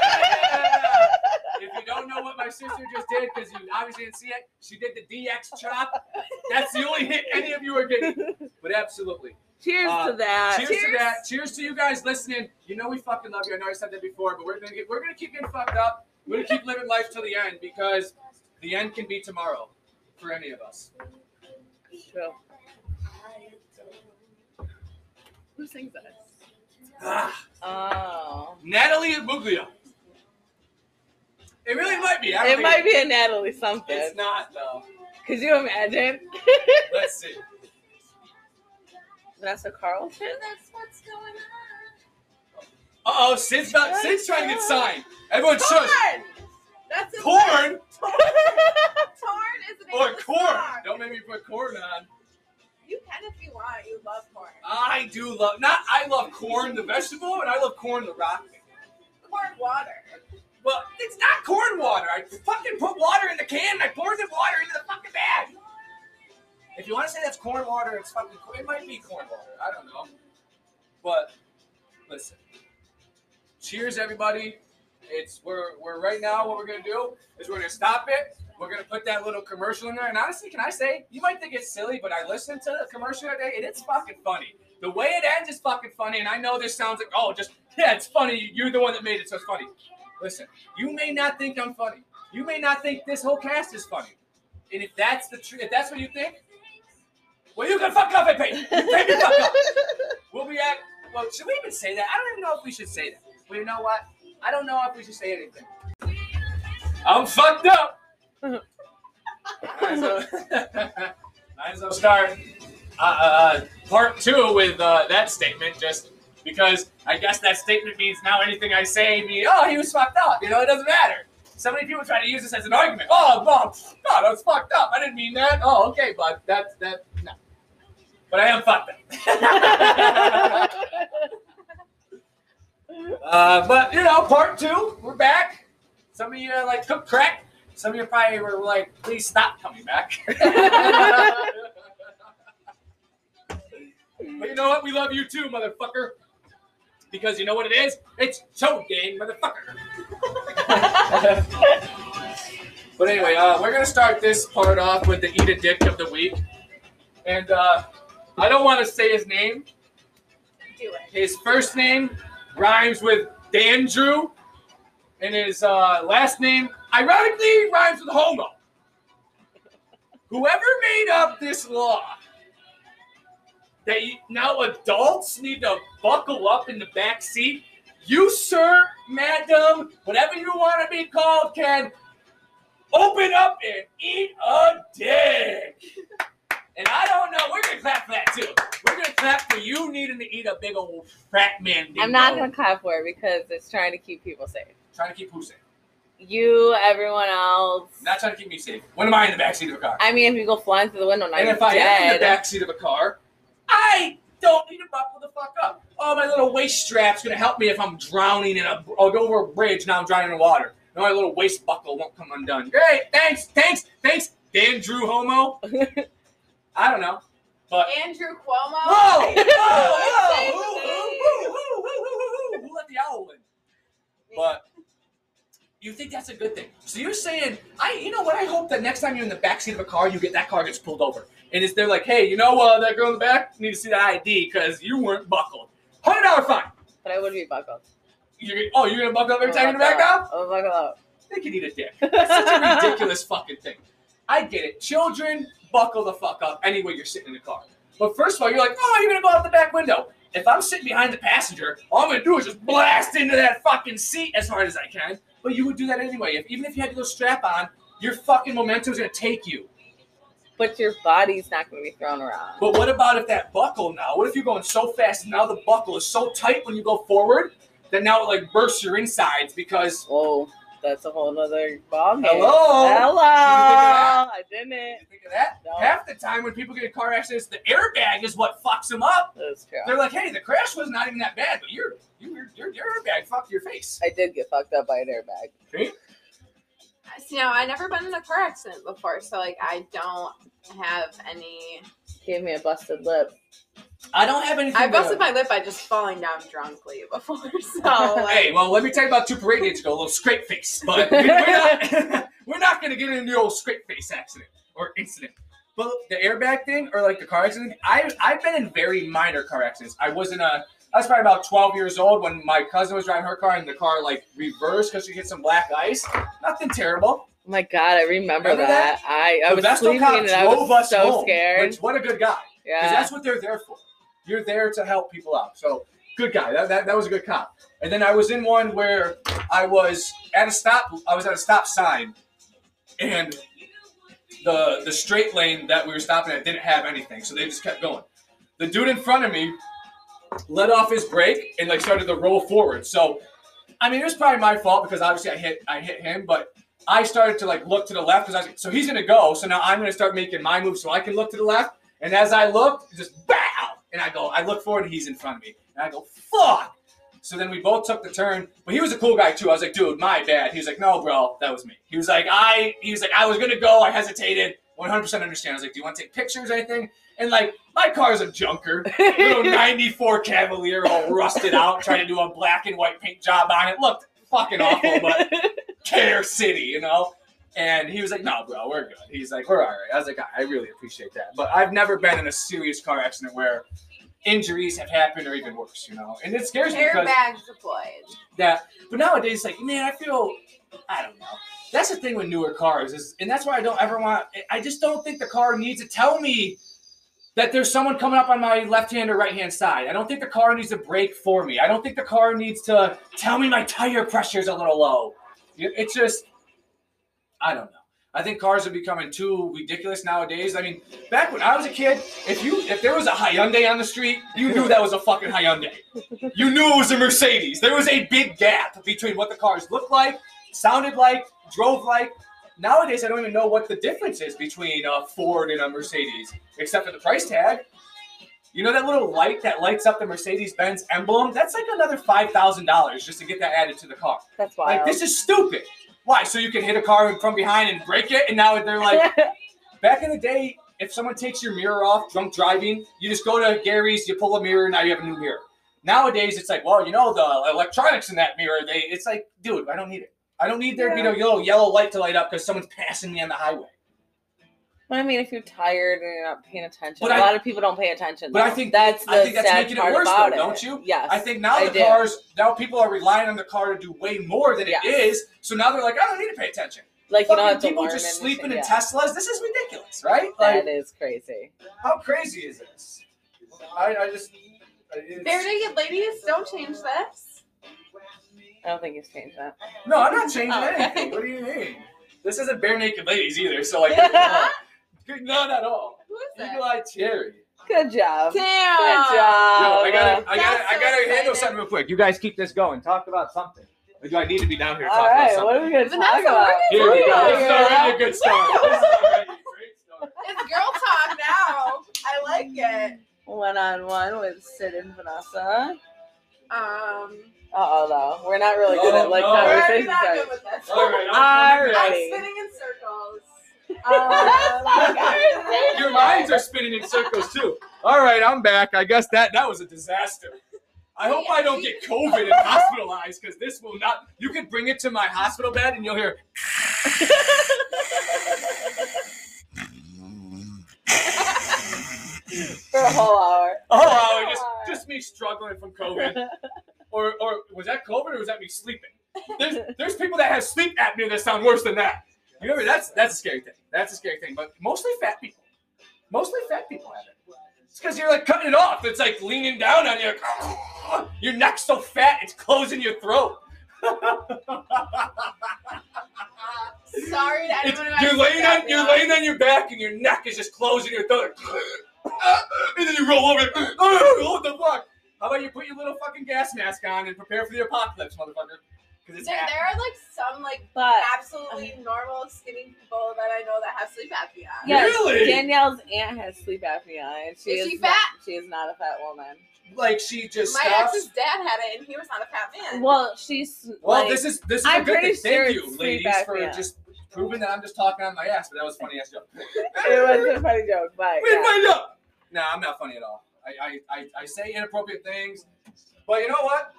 Speaker 1: if you don't know what my sister just did, because you obviously didn't see it, she did the DX chop. That's the only hit any of you are getting. But absolutely.
Speaker 3: Cheers
Speaker 1: Uh,
Speaker 3: to that.
Speaker 1: Cheers, to that. Cheers to you guys listening. You know we fucking love you. I know I said that before, but we're gonna get, we're gonna keep getting fucked up. We're gonna keep living life till the end because the end can be tomorrow for any of us.
Speaker 3: True.
Speaker 4: Who sings this?
Speaker 1: Ah,
Speaker 3: Oh.
Speaker 1: Natalie and Muglia. It really might be. I don't
Speaker 3: It
Speaker 1: think
Speaker 3: might be a Natalie something.
Speaker 1: It's not though.
Speaker 3: Could you imagine?
Speaker 1: Let's see.
Speaker 3: Vanessa Carlton?
Speaker 4: That's what's going on.
Speaker 1: Uh oh, Sid's about, Sid's trying to get signed. Everyone shush.
Speaker 4: Torn! That's a
Speaker 1: Corn
Speaker 4: Torn is the name
Speaker 1: or
Speaker 4: of the
Speaker 1: corn?
Speaker 4: song.
Speaker 1: Don't make me put corn on.
Speaker 4: You can if you want. You love corn.
Speaker 1: I do love not. I love corn the vegetable, and I love corn the rock.
Speaker 4: corn water.
Speaker 1: Well, it's not corn water. I fucking put water in the can and I poured the water into the fucking bag. If you want to say that's corn water, it's fucking corn. It might be corn water. I don't know. But listen. Cheers, everybody. It's we're we're right now. What we're gonna do is we're gonna stop it. We're gonna put that little commercial in there. And honestly, can I say you might think it's silly, but I listened to the commercial today and it's fucking funny. The way it ends is fucking funny. And I know this sounds like oh, just yeah, it's funny. You're the one that made it, so it's funny. Listen, you may not think I'm funny. You may not think this whole cast is funny. And if that's the truth, if that's what you think, well, you can fuck off and pay. You pay me fuck off. We'll be at. Well, should we even say that? I don't even know if we should say that. But you know what? I don't know if we should say anything. I'm fucked up. Might as well- might as well start uh, uh, part two with uh, that statement just because I guess that statement means now anything I say me, oh, he was fucked up. You know, it doesn't matter. So many people try to use this as an argument. Oh, mom, God, I was fucked up. I didn't mean that. Oh, okay, but that's that. No. But I am fucked up. uh, but, you know, part two, we're back. Some of you are like, cook crack. Some of you probably were like, please stop coming back. But you know what? We love you too, motherfucker. Because you know what it is? It's Toad Gang, motherfucker. but anyway, uh, we're gonna start this part off with the eat a dick of the week, and uh, I don't want to say his name.
Speaker 4: Do it.
Speaker 1: His first name rhymes with Dandrew, and his uh, last name ironically rhymes with homo. Whoever made up this law that you, now adults need to buckle up in the back seat. You, sir, madam, whatever you want to be called, can open up and eat a dick. And I don't know. We're gonna clap for that too. We're gonna clap for you needing to eat a big old fat man.
Speaker 3: I'm not gonna clap for it because it's trying to keep people safe.
Speaker 1: trying to keep who safe.
Speaker 3: You, everyone else.
Speaker 1: Not trying to keep me safe. When am I in the backseat of a car?
Speaker 3: I mean, if you go flying through the window, now
Speaker 1: and
Speaker 3: you're
Speaker 1: if I am in
Speaker 3: dead.
Speaker 1: the backseat of a car, I don't need to buckle the fuck up. Oh, my little waist strap's gonna help me if I'm drowning in a I'll go over a bridge. Now I'm drowning in water. No, my little waist buckle won't come undone. Great, thanks, thanks, thanks, Dan Drew Homo. I don't know, but
Speaker 2: Andrew Cuomo.
Speaker 1: Whoa! Whoa! Whoa! Woo, woo, woo, woo, woo, woo, woo, woo. Who let the owl in? But you think that's a good thing? So you're saying, I, you know what? I hope that next time you're in the backseat of a car, you get that car gets pulled over, and it's they're like, hey, you know uh, that girl in the back need to see that ID because you weren't buckled. Hundred dollar fine.
Speaker 3: But I would be buckled.
Speaker 1: You're, gonna- oh, you're gonna buckle up every time
Speaker 3: I
Speaker 1: you're
Speaker 3: would
Speaker 1: in the back
Speaker 3: buckle
Speaker 1: now?
Speaker 3: up. I would buckle up.
Speaker 1: They can eat a dick. That's such a ridiculous fucking thing. I get it. Children, buckle the fuck up anyway you're sitting in the car. But first of all, you're like, oh, you're gonna go out the back window. If I'm sitting behind the passenger, all I'm gonna do is just blast into that fucking seat as hard as I can. But you would do that anyway. If even if you had to go strap on, your fucking momentum's gonna take you.
Speaker 3: But your body's not going to be thrown around.
Speaker 1: But what about if that buckle now? What if you're going so fast and now the buckle is so tight when you go forward that now it like bursts your insides because
Speaker 3: Whoa, that's a whole other ballgame.
Speaker 1: Hello?
Speaker 3: Hello. I
Speaker 1: you
Speaker 3: didn't.
Speaker 1: think of that?
Speaker 3: No.
Speaker 1: Half the time when people get in car accidents, the airbag is what fucks them up.
Speaker 3: That's true.
Speaker 1: They're like, "Hey, the crash was not even that bad, but your your your, your airbag fucked your face."
Speaker 3: I did get fucked up by an airbag.
Speaker 2: You know, I never been in a car accident before, so like I don't have any.
Speaker 3: Gave me a busted lip.
Speaker 1: I don't have anything.
Speaker 2: I
Speaker 1: to-
Speaker 2: busted my lip by just falling down drunkly before, so like,
Speaker 1: Hey, well, let me tell you about two parade days ago, a little scrape face. But we- we're not, we're not going to get into the old scrape face accident or incident. But the airbag thing or like the car accident, I, I've been in very minor car accidents. I was in a, I was probably about 12 years old when my cousin was driving her car and the car like reversed because she hit some black ice. Nothing terrible.
Speaker 3: Oh my god, I remember,
Speaker 1: Remember
Speaker 3: that. I I
Speaker 1: The
Speaker 3: was
Speaker 1: Vestal
Speaker 3: sleeping
Speaker 1: cop
Speaker 3: and I
Speaker 1: drove
Speaker 3: was
Speaker 1: us
Speaker 3: so
Speaker 1: home,
Speaker 3: scared.
Speaker 1: which- what a good guy.
Speaker 3: yeah.
Speaker 1: Because that's what they're there for. You're there to help people out. So good guy. That, that, that was a good cop. And then I was in one where I was at a stop. I was at a stop sign, and the the straight lane that we were stopping at didn't have anything, so they just kept going. The dude in front of me let off his brake and like started to roll forward. So I mean, it was probably my fault because obviously I hit I hit him, but I started to like look to the left because I was like, so he's gonna go. So now I'm gonna start making my move so I can look to the left. And as I looked, just bow, and I go, I look forward, and he's in front of me, and I go, fuck. So then we both took the turn, but he was a cool guy too. I was like, dude, my bad. He was like, no, bro, that was me. He was like, I, he was like, I was gonna go, I hesitated. 100% understand. I was like, do you want to take pictures or anything? And like, my car's a junker, little 94 Cavalier, all rusted out, trying to do a black and white paint job on it. Looked fucking awful, but Care City, you know? And he was like, no, bro, we're good. He's like, we're all right. I was like, I really appreciate that. But I've never been in a serious car accident where injuries have happened or even worse, you know? And it scares me because
Speaker 2: airbags deployed.
Speaker 1: that. But nowadays, it's like, man, I feel, I don't know. That's the thing with newer cars is, and that's why I don't ever want. I just don't think the car needs to tell me that there's someone coming up on my left hand or right hand side. I don't think the car needs to brake for me. I don't think the car needs to tell me my tire pressure's a little low. You- It's just, I don't know. I think cars are becoming too ridiculous nowadays. I mean, back when I was a kid, if you if there was a Hyundai on the street, you knew that was a fucking Hyundai. You knew it was a Mercedes. There was a big gap between what the cars looked like, sounded like, drove like. Nowadays, I don't even know what the difference is between a Ford and a Mercedes, except for the price tag. You know that little light that lights up the Mercedes Benz emblem? That's like another $5,000 just to get that added to the car.
Speaker 3: that's wild.
Speaker 1: Like, this is stupid. Why? So you can hit a car from behind and break it? And now they're like, Back in the day, if someone takes your mirror off drunk driving, you just go to Gary's, you pull a mirror, now you have a new mirror. Nowadays, it's like, well, you know, the electronics in that mirror, they, it's like, dude, I don't need it. I don't need there to be no yellow yellow light to light up because someone's passing me on the highway.
Speaker 3: But I mean, if you're tired and you're not paying attention,
Speaker 1: But
Speaker 3: a
Speaker 1: I-
Speaker 3: lot of people don't pay attention.
Speaker 1: but I
Speaker 3: though.
Speaker 1: think-
Speaker 3: that's the
Speaker 1: I think that's
Speaker 3: sad
Speaker 1: making it
Speaker 3: part
Speaker 1: worse,
Speaker 3: about
Speaker 1: though,
Speaker 3: it.
Speaker 1: don't you?
Speaker 3: Yes.
Speaker 1: I think now
Speaker 3: I
Speaker 1: the
Speaker 3: do.
Speaker 1: cars, now people are relying on the car to do way more than
Speaker 3: Yes.
Speaker 1: it is. So now they're like, I don't need to pay attention.
Speaker 3: like you don't
Speaker 1: Fucking
Speaker 3: have to
Speaker 1: people
Speaker 3: learn
Speaker 1: just sleeping in
Speaker 3: anything.
Speaker 1: Teslas. This is ridiculous, right?
Speaker 3: Yeah.
Speaker 1: Like,
Speaker 3: That is crazy.
Speaker 1: how crazy is this? I, I just. it's-
Speaker 2: Bare naked ladies, don't change this.
Speaker 3: I don't think he's changed that.
Speaker 1: No, I'm not changing
Speaker 2: Oh, okay.
Speaker 1: anything. What do you mean? This isn't bare naked ladies either, so like, good- none at all.
Speaker 2: Who is it?
Speaker 1: Eagle Eye Cherry.
Speaker 3: Good
Speaker 2: Damn.
Speaker 3: job. Good job.
Speaker 1: Yo, I gotta, I gotta,
Speaker 2: That's
Speaker 1: I
Speaker 2: so
Speaker 1: gotta handle
Speaker 2: exciting.
Speaker 1: something real quick. You guys keep this going. Talk about something. Or do I need to be down here
Speaker 3: All
Speaker 1: talking
Speaker 3: right,
Speaker 1: about
Speaker 3: what
Speaker 1: something?
Speaker 3: are we gonna
Speaker 2: Vanessa,
Speaker 3: talk about?
Speaker 2: what
Speaker 1: Here we go. This is already a good start.
Speaker 2: Woo!
Speaker 1: This is already a great start.
Speaker 2: It's girl talk now. I like it.
Speaker 3: One on one with Sid and Vanessa.
Speaker 2: Um,
Speaker 3: Uh oh, though we're not really good at like
Speaker 1: Oh, no.
Speaker 2: we're already
Speaker 3: conversations.
Speaker 2: not
Speaker 3: right?
Speaker 2: good with this.
Speaker 1: All right, I'm-
Speaker 3: All
Speaker 1: I'm-
Speaker 2: I'm
Speaker 3: right.
Speaker 2: spinning in circles. Um,
Speaker 3: That's not conversation.
Speaker 1: Your minds are spinning in circles too. All right, I'm back. I guess that that was a disaster. I hope I don't get COVID and hospitalized because this will not. You can bring it to my hospital bed and you'll hear.
Speaker 3: for a whole hour.
Speaker 1: Oh, wow, just just me struggling from COVID, or or was that COVID or was that me sleeping? There's there's people that have sleep apnea that sound worse than that. You remember that's that's a scary thing. That's a scary thing. But mostly fat people, mostly fat people have it. It's because you're like cutting it off. It's like leaning down on you. Like, your neck's so fat it's closing your throat.
Speaker 2: Sorry to
Speaker 1: It's-
Speaker 2: anyone who
Speaker 1: you're
Speaker 2: has
Speaker 1: laying on
Speaker 2: that
Speaker 1: you're
Speaker 2: now.
Speaker 1: laying on your back and your neck is just closing your throat. and then you roll over. what the fuck? How about you put your little fucking gas mask on and prepare for the apocalypse, motherfucker? Because
Speaker 2: There,
Speaker 1: it's
Speaker 2: there
Speaker 1: happening.
Speaker 2: are like some like
Speaker 3: But
Speaker 2: absolutely normal skinny people that I know that have sleep apnea.
Speaker 3: yes,
Speaker 1: Really?
Speaker 3: Danielle's aunt has sleep apnea, and she
Speaker 2: Is
Speaker 3: is,
Speaker 2: she
Speaker 3: not-
Speaker 2: fat?
Speaker 3: she is not a fat woman.
Speaker 1: like she just
Speaker 2: My
Speaker 1: stops.
Speaker 2: ex's dad had it, and he was not a fat man.
Speaker 3: Well, she's
Speaker 1: well,
Speaker 3: like,
Speaker 1: this is this is
Speaker 3: I'm
Speaker 1: a good
Speaker 3: pretty
Speaker 1: thing.
Speaker 3: sure
Speaker 1: Thank
Speaker 3: it's
Speaker 1: you,
Speaker 3: sleep
Speaker 1: ladies, for
Speaker 3: apnea.
Speaker 1: just proving that I'm just talking on my ass. But that was a funny ass joke.
Speaker 3: it was a funny joke, but
Speaker 1: We
Speaker 3: yeah.
Speaker 1: made up. Nah, I'm not funny at all. I, I, I, I say inappropriate things, but you know what?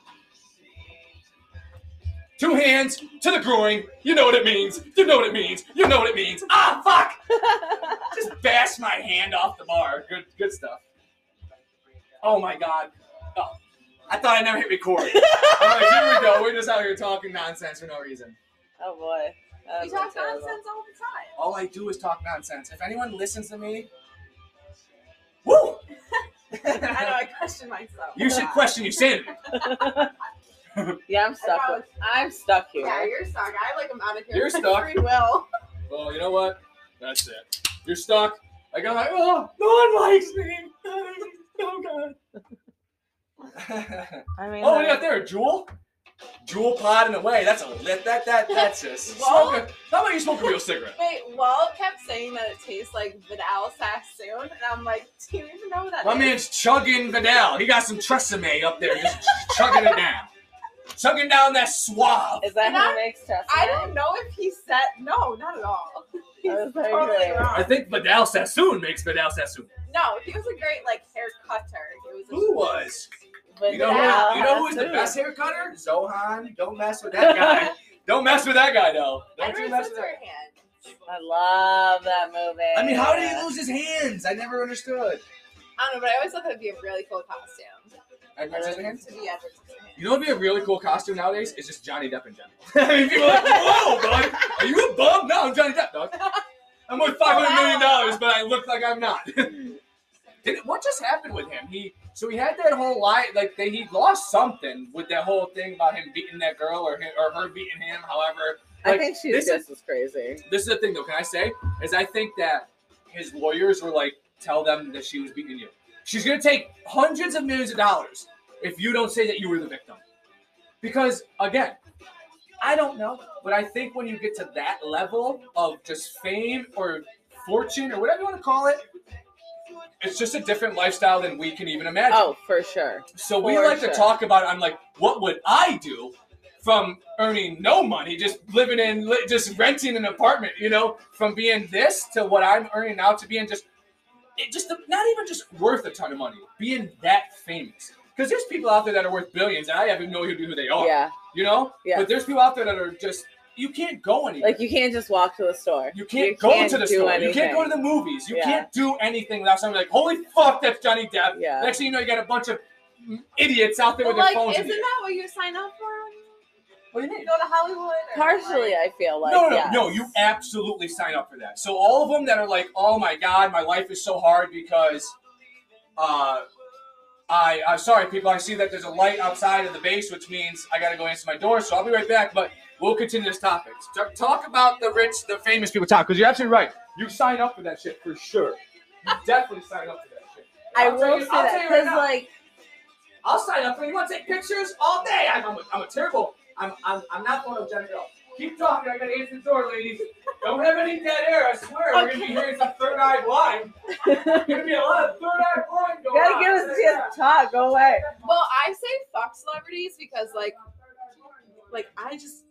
Speaker 1: Two hands to the groin. You know what it means. You know what it means. You know what it means. Ah, fuck! Just bash my hand off the bar. Good, good stuff. Oh my god. Oh, I thought I never hit record. All right, here we go. We're just out here talking nonsense for no reason.
Speaker 3: oh boy, that
Speaker 2: we
Speaker 3: was
Speaker 2: talk
Speaker 3: terrible.
Speaker 2: nonsense all the time.
Speaker 1: All I do is talk nonsense. If anyone listens to me, woo!
Speaker 2: I know I question myself.
Speaker 1: You should question your sanity.
Speaker 3: Yeah, I'm stuck.
Speaker 2: I
Speaker 3: With, I'm stuck here.
Speaker 2: Yeah, you're stuck. I like am out of here.
Speaker 1: You're stuck.
Speaker 2: Free will.
Speaker 1: Well, you know what? That's it. You're stuck. I got like, oh, no one likes me. Oh god.
Speaker 3: I mean,
Speaker 1: oh,
Speaker 3: like-
Speaker 1: we got there, Jewel. Jewel pod in a way. That's a lit. That that that's just
Speaker 2: Well-
Speaker 1: smoke. A, how about you smoke a real cigarette?
Speaker 2: Wait, Walt kept saying that it tastes like Vidal Sassoon, and I'm like, do you even know what that
Speaker 1: My
Speaker 2: is?
Speaker 1: man's chugging Vidal. He got some Tresemme up there, just chugging it down, chugging down that suave.
Speaker 3: Is that
Speaker 2: And
Speaker 3: who
Speaker 2: I-
Speaker 3: makes Tessa?
Speaker 2: I don't know if he said no, not at all. He's
Speaker 3: I was like,
Speaker 2: totally
Speaker 3: wait.
Speaker 1: I
Speaker 2: wrong.
Speaker 1: think Vidal Sassoon makes Vidal Sassoon.
Speaker 2: No, he was a great like hair cutter. It was a-
Speaker 1: Who was?
Speaker 3: But
Speaker 1: You know, who, you know who is the best hair cutter? Zohan. Don't mess with that guy. Don't mess with that guy, though. Don't you
Speaker 2: Edward
Speaker 1: mess with that.
Speaker 2: Scissorhands.
Speaker 3: I love that movie.
Speaker 1: I mean, how did he lose his hands? I never understood.
Speaker 2: I don't know, but I always thought that'd be a really cool costume
Speaker 1: Edward Scissorhands.
Speaker 2: to be Edward Scissorhands.
Speaker 1: You know, what'd be a really cool costume nowadays is just Johnny Depp in general. I mean, people are like, "Whoa, dog, are you a bum?" No, I'm Johnny Depp, dog. I'm worth five hundred million dollars, but I look like I'm not. Did, what just happened with him? He so he had that whole lie, like they, he lost something with that whole thing about him beating that girl or him, or her beating him. However,
Speaker 3: I
Speaker 1: like,
Speaker 3: think she's
Speaker 1: this
Speaker 3: just as crazy.
Speaker 1: this is the thing though. Can I say is I think that his lawyers were like, tell them that she was beating you. She's gonna take hundreds of millions of dollars if you don't say that you were the victim. Because again, I don't know, but I think when you get to that level of just fame or fortune or whatever you want to call it, it's just a different lifestyle than we can even imagine.
Speaker 3: Oh, for sure.
Speaker 1: So we
Speaker 3: For
Speaker 1: like
Speaker 3: sure.
Speaker 1: to talk about. I'm like, what would I do from earning no money, just living in, li- just renting an apartment, you know, from being this to what I'm earning now to being just, it just not even just worth a ton of money, being that famous. Because there's people out there that are worth billions, and I haven't no idea who they are.
Speaker 3: Yeah,
Speaker 1: You know,
Speaker 3: Yeah.
Speaker 1: but there's people out there that are just you can't go anywhere.
Speaker 3: like you can't just walk to the store.
Speaker 1: You can't
Speaker 3: You
Speaker 1: go
Speaker 3: can't
Speaker 1: to the
Speaker 3: do
Speaker 1: store. You can't go to
Speaker 3: anything.
Speaker 1: the movies. You
Speaker 3: Yeah.
Speaker 1: can't do anything without somebody like, holy fuck, that's Johnny Depp.
Speaker 3: Yeah.
Speaker 1: Next thing you know, you got a bunch of idiots out there
Speaker 2: But
Speaker 1: with
Speaker 2: like,
Speaker 1: their phones. in
Speaker 2: isn't
Speaker 1: the air.
Speaker 2: that what you sign up for?
Speaker 1: What do you
Speaker 2: You
Speaker 1: mean?
Speaker 2: go to Hollywood? Or
Speaker 3: Partially,
Speaker 2: like-
Speaker 3: I feel like.
Speaker 1: no, no,
Speaker 3: yes.
Speaker 1: no, you absolutely sign up for that. So all of them that are like, oh my god, my life is so hard because uh, I, I'm sorry, people. I see that there's a light outside of the base, which means I got to go answer my door. So I'll be right back. But we'll continue this topic. T- Talk about the rich, the famous people talk, because you're absolutely right. You sign up for that shit for sure. You definitely sign up for that shit.
Speaker 3: I
Speaker 1: I'll tell
Speaker 3: will
Speaker 1: you-
Speaker 3: say
Speaker 1: I'll
Speaker 3: that
Speaker 1: tell you right
Speaker 3: because,
Speaker 1: now.
Speaker 3: like,
Speaker 1: I'll sign up for it. You want to take pictures all day? I'm, I'm, a, I'm a terrible. I'm, I'm, I'm not photogenic at all. Keep talking. I got to answer the door, ladies. Don't have any dead air. I swear. We're going to be hearing some third eye blind. There's going to be a lot of third eye blind going
Speaker 3: gotta
Speaker 1: on.
Speaker 3: give us a chance to talk. Go away.
Speaker 2: Well, I say fuck celebrities because like like I just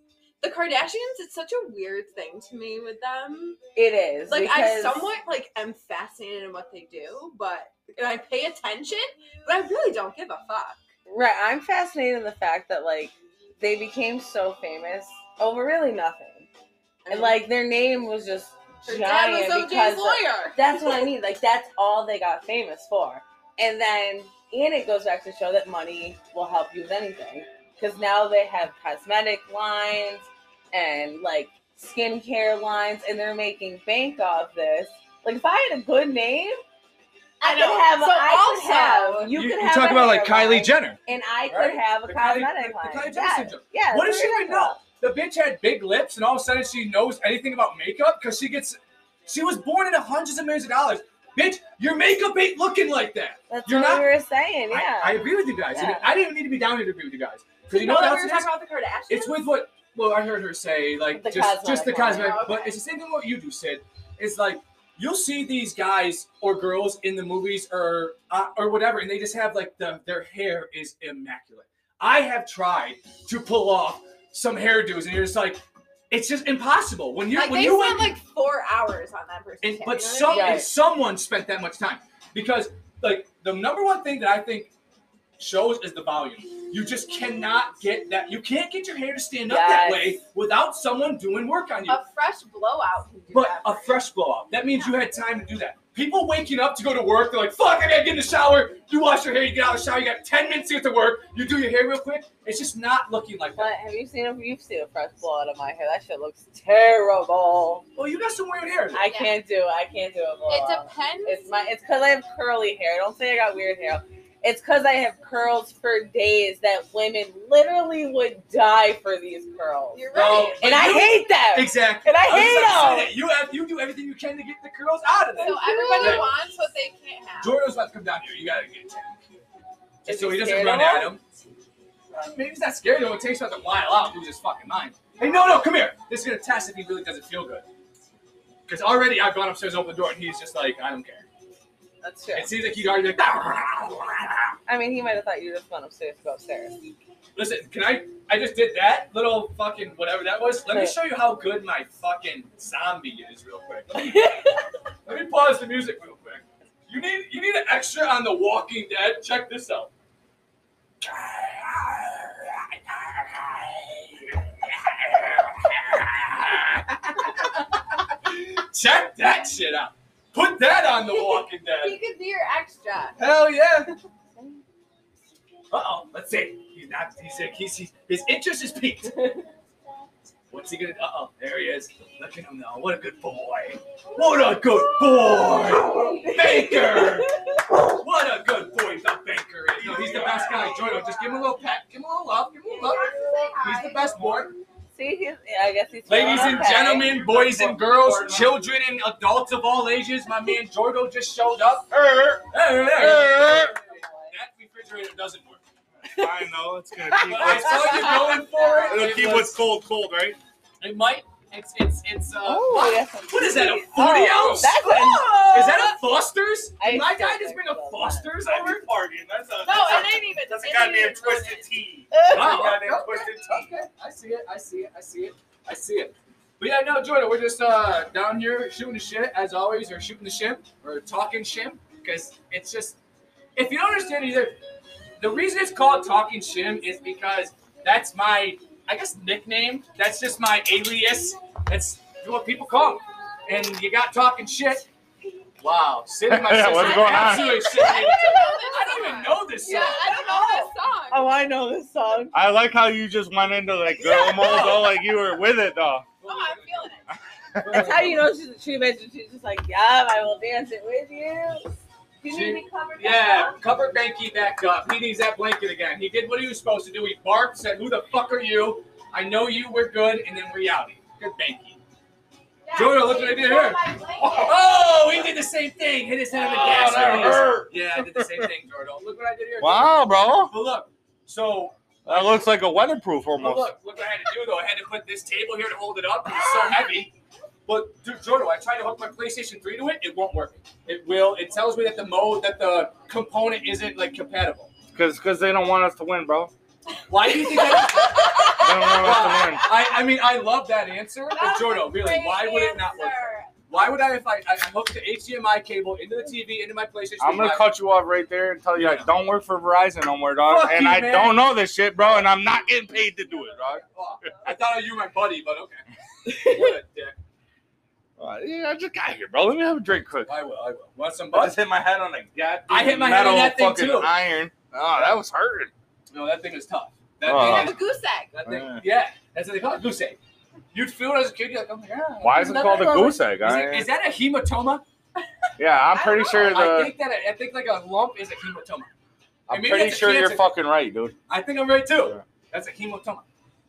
Speaker 2: the Kardashians, it's such a weird thing to me with them.
Speaker 3: It is.
Speaker 2: Like I
Speaker 3: because-
Speaker 2: somewhat like am fascinated in what they do, but and I pay attention, but I really don't give a fuck.
Speaker 3: Right. I'm fascinated in the fact that, like, they became so famous over really nothing. And, like, their name was just
Speaker 2: Mm-hmm. her dad
Speaker 3: giant
Speaker 2: was OJ's
Speaker 3: because.
Speaker 2: lawyer.
Speaker 3: That's what I mean. Like that's all they got famous for. And then and it goes back to show that money will help you with anything. Because now they have cosmetic lines and like skincare lines and they're making bank off this. Like if I had a good name, I,
Speaker 2: I
Speaker 3: could
Speaker 2: know.
Speaker 3: have
Speaker 2: So
Speaker 3: I
Speaker 2: also-
Speaker 3: could have you,
Speaker 1: you,
Speaker 3: could
Speaker 1: you
Speaker 3: have
Speaker 1: talk
Speaker 3: a
Speaker 1: about like
Speaker 3: hairline,
Speaker 1: Kylie Jenner.
Speaker 3: and I could
Speaker 1: right?
Speaker 3: have a
Speaker 1: The Kylie-
Speaker 3: cosmetic
Speaker 1: the- the
Speaker 3: line.
Speaker 1: Kylie Jenner
Speaker 3: yeah.
Speaker 1: syndrome.
Speaker 3: yeah,
Speaker 1: What
Speaker 3: that's
Speaker 1: does she
Speaker 3: we're
Speaker 1: even
Speaker 3: talking
Speaker 1: know? The bitch had big lips, and all of a sudden she knows anything about makeup because she gets. She was born into hundreds of millions of dollars. Bitch, your makeup ain't looking like that.
Speaker 3: about. That's
Speaker 1: You're
Speaker 3: what
Speaker 1: not-
Speaker 3: we were saying.
Speaker 1: I-
Speaker 3: Yeah.
Speaker 1: I, agree with you guys. And
Speaker 3: Yeah.
Speaker 1: I didn't need to be down here to agree with you guys. Because
Speaker 2: You
Speaker 1: you
Speaker 2: know
Speaker 1: know what
Speaker 2: that
Speaker 1: else
Speaker 2: we were
Speaker 1: it is?
Speaker 2: talking about the Kardashians?
Speaker 1: It's with what. Well, I heard her say like
Speaker 3: The
Speaker 1: just just the
Speaker 3: cosmetic
Speaker 1: cosmetic,
Speaker 2: line.
Speaker 1: but it's the same thing what you do, Sid. It's like you'll see these guys or girls in the movies or uh, or whatever, and they just have like the their hair is immaculate. I have tried to pull off some hairdos, and you're just like, it's just impossible. When you
Speaker 2: like
Speaker 1: when
Speaker 2: they
Speaker 1: you
Speaker 2: spent
Speaker 1: went,
Speaker 2: like four hours on that person.
Speaker 1: and, but
Speaker 2: so
Speaker 1: some
Speaker 3: Yeah.
Speaker 1: and someone spent that much time because like the number one thing that I think shows is the volume. You just cannot get that. You can't get your hair to stand up that
Speaker 3: Yes.
Speaker 1: way without someone doing work on you.
Speaker 2: a fresh blowout can do
Speaker 1: but
Speaker 2: that
Speaker 1: a
Speaker 2: for you.
Speaker 1: fresh blowout. That means you had time to do that. People waking up to go to work, they're like, "Fuck, I gotta get in the shower." You wash your hair, you get out of the shower, you got ten minutes to get to work. You do your hair real quick. It's just not looking like that.
Speaker 3: But have you seen a, you've seen a fresh blow out of my hair? That shit looks terrible.
Speaker 1: Well, you got some weird hair.
Speaker 3: I
Speaker 2: Yeah.
Speaker 3: can't do it. I can't do it.
Speaker 4: It
Speaker 3: blowout.
Speaker 4: depends.
Speaker 3: It's my. It's because I have curly hair. Don't say I got weird hair. It's because I have curls for days that women literally would die for these curls,
Speaker 2: You're
Speaker 1: Oh,
Speaker 2: right.
Speaker 3: and I
Speaker 1: you-
Speaker 3: hate them.
Speaker 1: Exactly.
Speaker 3: And I
Speaker 1: was just about to
Speaker 3: hate
Speaker 1: say that. You have you do everything you can to get the curls out of that.
Speaker 2: So everybody
Speaker 1: Right.
Speaker 2: wants what they can't have.
Speaker 1: Jordan's about to come down here. You gotta get him.
Speaker 3: Is
Speaker 1: Just so
Speaker 3: he
Speaker 1: he doesn't
Speaker 3: scared
Speaker 1: run
Speaker 3: of
Speaker 1: at him. Maybe he's not scared though. It takes him a while out. Lose his fucking mind. Hey, no, no, come here. This is gonna test if he really doesn't feel good. Because already I've gone upstairs, opened the door, and he's just like, I don't care.
Speaker 3: That's true.
Speaker 1: It seems like he'd already like.
Speaker 3: I mean, he might have thought you just went upstairs to go upstairs.
Speaker 1: Listen, can I? I just did that little fucking whatever that was. Let me show you how good my fucking zombie is, real quick. Let me pause the music real quick. You need you need an extra on The Walking Dead. Check this out. Check that shit out. Put that on The Walking Dead.
Speaker 2: He could be your extra.
Speaker 1: Hell yeah. Uh oh. Let's see. He's not. He's like he's, he's his interest is peaked. What's he gonna? Uh oh. There he is. Look at him now. What a good boy. What a good boy. Baker. What a good boy the Baker is. No, he's the best guy. Jordan, just give him a little pat. Give him a little love. Give him a little love. He's the best boy.
Speaker 3: See, he's, I guess he's.
Speaker 1: Ladies and
Speaker 3: okay.
Speaker 1: gentlemen, boys and girls, children and adults of all ages, my man Jordo just showed up. That refrigerator doesn't work.
Speaker 5: I know it's gonna keep.
Speaker 1: But I saw you going for it.
Speaker 5: it'll keep
Speaker 1: it was-
Speaker 5: what's cold, cold, right?
Speaker 1: It might. It's it's it's. Uh,
Speaker 3: Oh, that's a-
Speaker 1: What is that? A forty
Speaker 3: Oh,
Speaker 1: ounce?
Speaker 3: That's a,
Speaker 1: is that a Foster's?
Speaker 3: I
Speaker 1: Did my
Speaker 3: still
Speaker 1: guy just bring a
Speaker 3: think so,
Speaker 1: Foster's
Speaker 5: I'd
Speaker 1: over?
Speaker 5: be partying. That's a
Speaker 2: No,
Speaker 5: that's a-
Speaker 2: it ain't even.
Speaker 5: that's a
Speaker 2: it ain't
Speaker 5: goddamn
Speaker 2: even
Speaker 5: twisted
Speaker 2: loaded.
Speaker 5: tea.
Speaker 1: Wow.
Speaker 5: Goddamn
Speaker 1: Okay.
Speaker 5: twisted tea.
Speaker 1: Okay, I see it. I see it. I see it. I see it. But yeah, no, Jordan, we're just uh, down here shooting the shit as always, or shooting the shim, or talking shim, because it's just if you don't understand either, the reason it's called talking shim is because that's my, I guess, nickname. That's just my alias. That's what people call me. And you got talking shit. Wow, Sid and my
Speaker 5: Yeah,
Speaker 1: sister
Speaker 5: what's going on?
Speaker 1: absolutely shit.
Speaker 2: I
Speaker 1: I
Speaker 2: don't
Speaker 1: don't
Speaker 2: even
Speaker 1: even
Speaker 2: know this song.
Speaker 1: know this.
Speaker 2: Yeah,
Speaker 1: song.
Speaker 2: I don't know this song.
Speaker 3: Oh, I know this song.
Speaker 5: I like how you just went into like girl mode though, like you were with it though.
Speaker 2: No, I'm feeling it.
Speaker 5: Uh,
Speaker 3: That's how you know she's a true bitch. and She's just like, yeah, I will dance it with you.
Speaker 4: You
Speaker 1: See?
Speaker 4: need me covered back
Speaker 1: Yeah,
Speaker 4: up?
Speaker 1: cover Banky back up. He needs that blanket again. He did what he was supposed to do. He barked, said, Who the fuck are you? I know you, we're good, and then we're outie. Good Banky.
Speaker 4: Yeah,
Speaker 1: Jordan, look what I
Speaker 4: you
Speaker 1: did
Speaker 4: got
Speaker 1: here.
Speaker 4: my blanket.
Speaker 1: Oh, he did the same thing. Hit his head on the
Speaker 5: Oh,
Speaker 1: gas.
Speaker 5: that
Speaker 1: pedal.
Speaker 5: hurt.
Speaker 1: Yeah, I did the same thing, Jordan. Look what I did here.
Speaker 5: Wow, bro.
Speaker 1: But look, so
Speaker 5: That looks like a weatherproof
Speaker 1: Well,
Speaker 5: almost.
Speaker 1: look, look what I had to do though. I had to put this table here to hold it up. It was so heavy. But dude, Jordan, I tried to hook my PlayStation 3 to it. It won't work. It will. It tells me that the mode that the component isn't like compatible.
Speaker 5: Because they don't want us to win, bro.
Speaker 1: Why do you think that?
Speaker 5: They don't want us to win.
Speaker 1: I, I mean, I love that answer, but
Speaker 4: That's a
Speaker 1: Jordan, really,
Speaker 4: great
Speaker 1: why would it not work?
Speaker 4: answer.
Speaker 1: Why would I if I, I I hooked the HDMI cable into the TV into my PlayStation?
Speaker 5: I'm gonna
Speaker 1: five?
Speaker 5: cut you off right there and tell you I don't work for Verizon no more, dog.
Speaker 1: Fuck
Speaker 5: and
Speaker 1: you,
Speaker 5: I
Speaker 1: man.
Speaker 5: don't know this shit, bro. And I'm not getting paid to do it, dog.
Speaker 1: Oh, I thought you were my buddy, but okay. What a dick.
Speaker 5: Uh, yeah, I just got here, bro. Let me have a drink quick.
Speaker 1: I will. I will. Want some
Speaker 5: I
Speaker 1: bud?
Speaker 5: just hit my head on a goddamn
Speaker 1: I hit my head on
Speaker 5: metal
Speaker 1: that thing,
Speaker 5: fucking
Speaker 1: too.
Speaker 5: iron. Oh, that was hurting.
Speaker 1: No, that thing is tough. That
Speaker 5: Oh.
Speaker 1: thing
Speaker 2: I
Speaker 1: is
Speaker 2: have a goose egg.
Speaker 1: That thing,
Speaker 5: Yeah.
Speaker 1: yeah. that's what they call it, goose egg. You'd feel it as a kid, you're like, oh my god.
Speaker 5: Why is it
Speaker 1: that
Speaker 5: called a
Speaker 1: that-
Speaker 5: goose egg?
Speaker 1: Is,
Speaker 5: I-
Speaker 1: it, is that a hematoma?
Speaker 5: yeah, I'm
Speaker 2: I
Speaker 5: pretty
Speaker 2: don't
Speaker 5: sure
Speaker 1: I
Speaker 5: the.
Speaker 1: think that I, think like a lump is a hematoma.
Speaker 5: I'm
Speaker 1: maybe
Speaker 5: pretty
Speaker 1: that's a
Speaker 5: sure you're
Speaker 1: cancer.
Speaker 5: fucking right, dude.
Speaker 1: I think I'm right too.
Speaker 5: Yeah.
Speaker 1: That's a hematoma.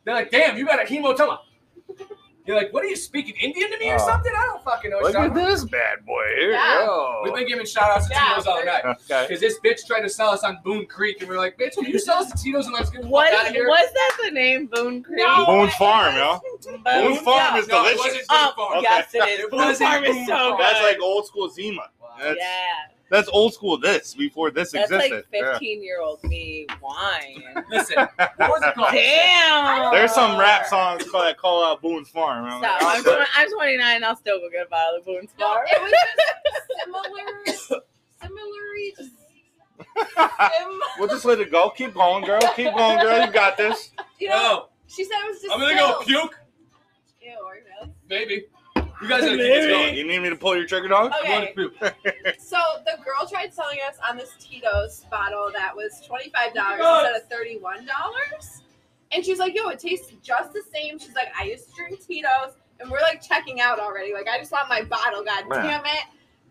Speaker 1: They're like, damn, you got a hematoma. You're like, what are you speaking Indian to me
Speaker 5: Oh.
Speaker 1: or something? I don't fucking know.
Speaker 5: Look
Speaker 1: son.
Speaker 5: at this bad boy. Here,
Speaker 2: Yeah.
Speaker 1: We've
Speaker 5: yo.
Speaker 1: been giving shout outs to
Speaker 2: Yeah.
Speaker 1: Tito's all night.
Speaker 5: Okay.
Speaker 1: Because this bitch tried to sell us on Boone Creek, and we are like, bitch, can you sell us to Tito's and let's get the fuck out
Speaker 3: Was
Speaker 1: of here?
Speaker 3: was that the name Boone Creek?
Speaker 4: No.
Speaker 5: Boone's Farm, yo.
Speaker 3: Boone,
Speaker 5: Boone's Farm
Speaker 3: no.
Speaker 5: is
Speaker 1: No, it
Speaker 5: delicious.
Speaker 1: wasn't
Speaker 3: Oh,
Speaker 1: Boone Farm.
Speaker 3: yes, it
Speaker 1: It
Speaker 3: is. Boone
Speaker 1: wasn't
Speaker 3: Farm is
Speaker 1: Boone
Speaker 3: so
Speaker 1: Farm.
Speaker 5: That's
Speaker 3: good.
Speaker 5: like old school Zima.
Speaker 1: Wow.
Speaker 5: That's,
Speaker 3: yeah,
Speaker 5: that's old school this before this
Speaker 3: that's
Speaker 5: existed.
Speaker 3: like
Speaker 5: Yeah.
Speaker 3: fifteen-year-old me wine.
Speaker 1: Listen, what was it called?
Speaker 3: Damn.
Speaker 5: There's some rap songs called that call out Boone's Farm.
Speaker 3: Stop.
Speaker 5: I'm like,
Speaker 3: I'm,
Speaker 5: oh,
Speaker 3: tw- I'm 29. I'll still be good by the Boone's
Speaker 2: No,
Speaker 3: Farm.
Speaker 2: it was just similar, similarly, just sim.
Speaker 5: "Oh, We'll just let it go. Keep going, girl. Keep going, girl. You got this.
Speaker 2: You know,
Speaker 1: No,
Speaker 2: she said it was just.
Speaker 1: Oh, I'm gonna go
Speaker 2: stills.
Speaker 1: puke.
Speaker 2: Ew, are you really?
Speaker 1: Maybe. You guys gotta keep this going.
Speaker 5: You need me to pull your trigger, dog?
Speaker 1: I'm going to
Speaker 2: Okay,
Speaker 1: puke.
Speaker 2: so the girl tried selling us on this Tito's bottle that was twenty five dollars
Speaker 1: God.
Speaker 2: instead of thirty one dollars, and she's like, "Yo, it tastes just the same." She's like, "I used to drink Tito's," and we're like checking out already. Like, I just want my bottle. God
Speaker 5: Man.
Speaker 2: damn it!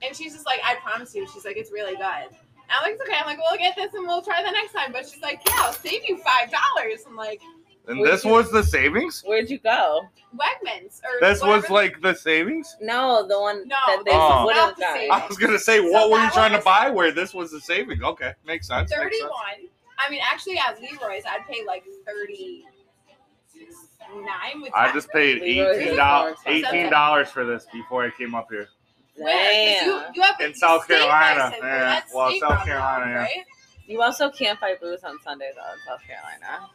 Speaker 2: And she's just like, "I promise you," she's like, "It's really good." And I'm like, "It's okay." I'm like, "We'll get this and we'll try the next time." But she's like, "Yeah, I'll save you five dollars." I'm like,
Speaker 5: And this was the savings?
Speaker 3: Where'd you go?
Speaker 2: "Wegmans or
Speaker 5: This was
Speaker 2: whatever
Speaker 5: like the savings?
Speaker 3: No, the one
Speaker 2: No,
Speaker 3: that they
Speaker 5: Oh.
Speaker 3: would
Speaker 2: not
Speaker 3: have
Speaker 2: the
Speaker 3: done.
Speaker 2: same.
Speaker 5: I was gonna say, what
Speaker 2: So
Speaker 5: were you
Speaker 2: that
Speaker 5: trying to
Speaker 2: was-
Speaker 5: buy? Where this was the savings? Okay, makes sense. makes sense.
Speaker 2: 31. I mean, actually, at Leroy's, I'd pay like 39 with
Speaker 5: I
Speaker 2: tax.
Speaker 5: just paid
Speaker 3: We were
Speaker 5: eighteen dollars,
Speaker 3: here for
Speaker 5: eighteen dollars for this before I came up here.
Speaker 2: Where? 'Cause You,
Speaker 3: Damn.
Speaker 2: you have
Speaker 5: In
Speaker 2: a
Speaker 5: South
Speaker 2: state
Speaker 5: Carolina,
Speaker 2: license,
Speaker 5: yeah.
Speaker 2: and that's
Speaker 5: Well,
Speaker 2: state
Speaker 5: South
Speaker 2: problem,
Speaker 5: Carolina, yeah.
Speaker 2: right?
Speaker 3: You also can't fight booze on Sunday though in South Carolina.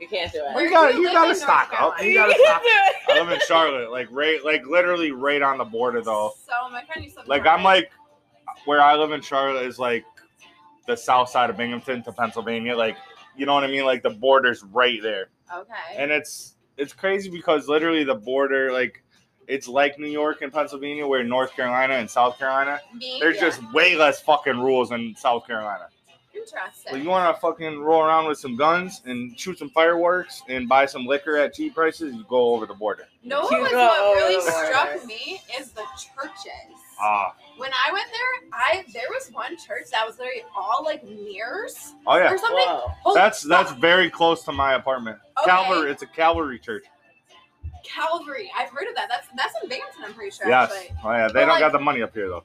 Speaker 3: You can't do
Speaker 2: Where
Speaker 3: it.
Speaker 5: You
Speaker 2: do
Speaker 5: gotta,
Speaker 2: you
Speaker 5: you
Speaker 2: live
Speaker 5: gotta
Speaker 2: in
Speaker 5: stock
Speaker 2: North
Speaker 5: up. You
Speaker 3: You
Speaker 5: gotta
Speaker 3: can't
Speaker 5: stock.
Speaker 3: do it.
Speaker 5: I live in Charlotte, like right, like literally right on the border though.
Speaker 2: So my friend used to
Speaker 5: Like I'm like where I live in Charlotte is like the south side of Binghamton to Pennsylvania. Like you know what I mean? Like the border's right there.
Speaker 2: okay.
Speaker 5: And it's it's crazy because literally the border like it's like New York and Pennsylvania where North Carolina and South Carolina.
Speaker 2: Me,
Speaker 5: There's
Speaker 2: yeah.
Speaker 5: just way less fucking rules in South Carolina.
Speaker 2: interesting.
Speaker 5: Like you wanna fucking roll around with some guns and shoot some fireworks and buy some liquor at cheap prices, you go over the border.
Speaker 2: no one
Speaker 3: You
Speaker 2: was
Speaker 3: go
Speaker 2: what really
Speaker 3: over the
Speaker 2: struck
Speaker 3: border.
Speaker 2: me is the churches.
Speaker 5: Ah.
Speaker 2: when I went there, I there was one church that was literally all like mirrors
Speaker 5: Oh yeah.
Speaker 2: or something.
Speaker 3: Whoa.
Speaker 2: Holy
Speaker 5: That's that's
Speaker 2: fuck.
Speaker 5: very close to my apartment.
Speaker 2: Okay.
Speaker 5: Calvary, it's a Calvary church.
Speaker 2: Calvary. I've heard of that. That's that's in Binghamton, I'm pretty sure.
Speaker 5: Yes.
Speaker 2: Actually.
Speaker 5: Oh yeah, they
Speaker 2: But,
Speaker 5: don't
Speaker 2: like-
Speaker 5: got the money up here though.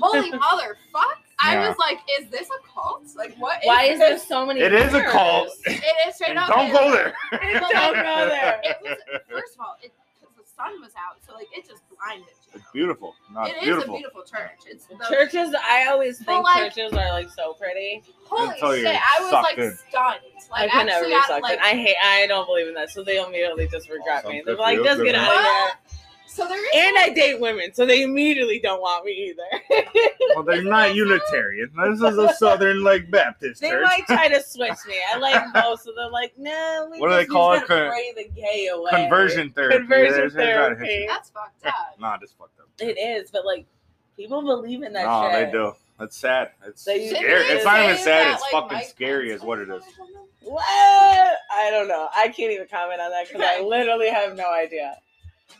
Speaker 2: Holy mother fuck! I
Speaker 5: Yeah.
Speaker 2: was like, is this a cult? Like, what? Is
Speaker 3: Why is there so many?
Speaker 5: It is a
Speaker 3: mirrors?
Speaker 5: cult.
Speaker 2: It is straight
Speaker 5: And
Speaker 2: up.
Speaker 5: don't
Speaker 2: it-
Speaker 5: go there.
Speaker 2: it was
Speaker 3: Don't
Speaker 2: like-
Speaker 3: go there.
Speaker 2: It was first of all, it because the sun was out, so like it just blinded you.
Speaker 5: It's beautiful. No,
Speaker 2: It
Speaker 5: it's
Speaker 2: is
Speaker 5: beautiful.
Speaker 2: a beautiful church. It's the,
Speaker 3: Churches, I always
Speaker 2: But,
Speaker 3: think
Speaker 2: like-
Speaker 3: churches are like so pretty.
Speaker 2: holy
Speaker 5: Until
Speaker 2: shit.
Speaker 5: you're
Speaker 2: I was like
Speaker 5: sucked in.
Speaker 2: stunned.
Speaker 3: I
Speaker 2: Like
Speaker 3: can never
Speaker 2: actually,
Speaker 3: be
Speaker 2: I,
Speaker 3: sucked
Speaker 2: like
Speaker 3: in. I hate. I don't believe in that, so they immediately just regret
Speaker 5: Awesome.
Speaker 3: me.
Speaker 5: Good
Speaker 3: They're
Speaker 5: for
Speaker 3: like,
Speaker 5: you.
Speaker 3: just
Speaker 5: Good
Speaker 3: get
Speaker 5: for
Speaker 3: out of here.
Speaker 2: what? So there is.
Speaker 3: And I
Speaker 2: like-
Speaker 3: date women, so they immediately don't want me either.
Speaker 5: Well, they're not Unitarian. This is a Southern like Baptist
Speaker 3: They
Speaker 5: church.
Speaker 3: might try to switch me. I like most of them. Like, no, we
Speaker 5: What do
Speaker 3: just
Speaker 5: they call
Speaker 3: use
Speaker 5: it?
Speaker 3: that to
Speaker 5: Con-
Speaker 3: pray the gay away.
Speaker 5: Conversion therapy.
Speaker 3: Conversion
Speaker 5: There's- there's gotta hit
Speaker 3: therapy.
Speaker 2: That's fucked up.
Speaker 5: you. Nah, just fucked up.
Speaker 3: It is, but like people believe in that
Speaker 5: No,
Speaker 3: shit.
Speaker 5: they do. That's sad. It's
Speaker 3: They-
Speaker 2: Shouldn't
Speaker 5: scary.
Speaker 2: they
Speaker 5: It's not even
Speaker 2: say
Speaker 5: sad.
Speaker 2: that,
Speaker 5: It's
Speaker 2: like,
Speaker 5: fucking
Speaker 2: Mike
Speaker 5: scary,
Speaker 2: Pence-
Speaker 5: is what it is.
Speaker 3: What? I don't know. I can't even comment on that because I literally have no idea.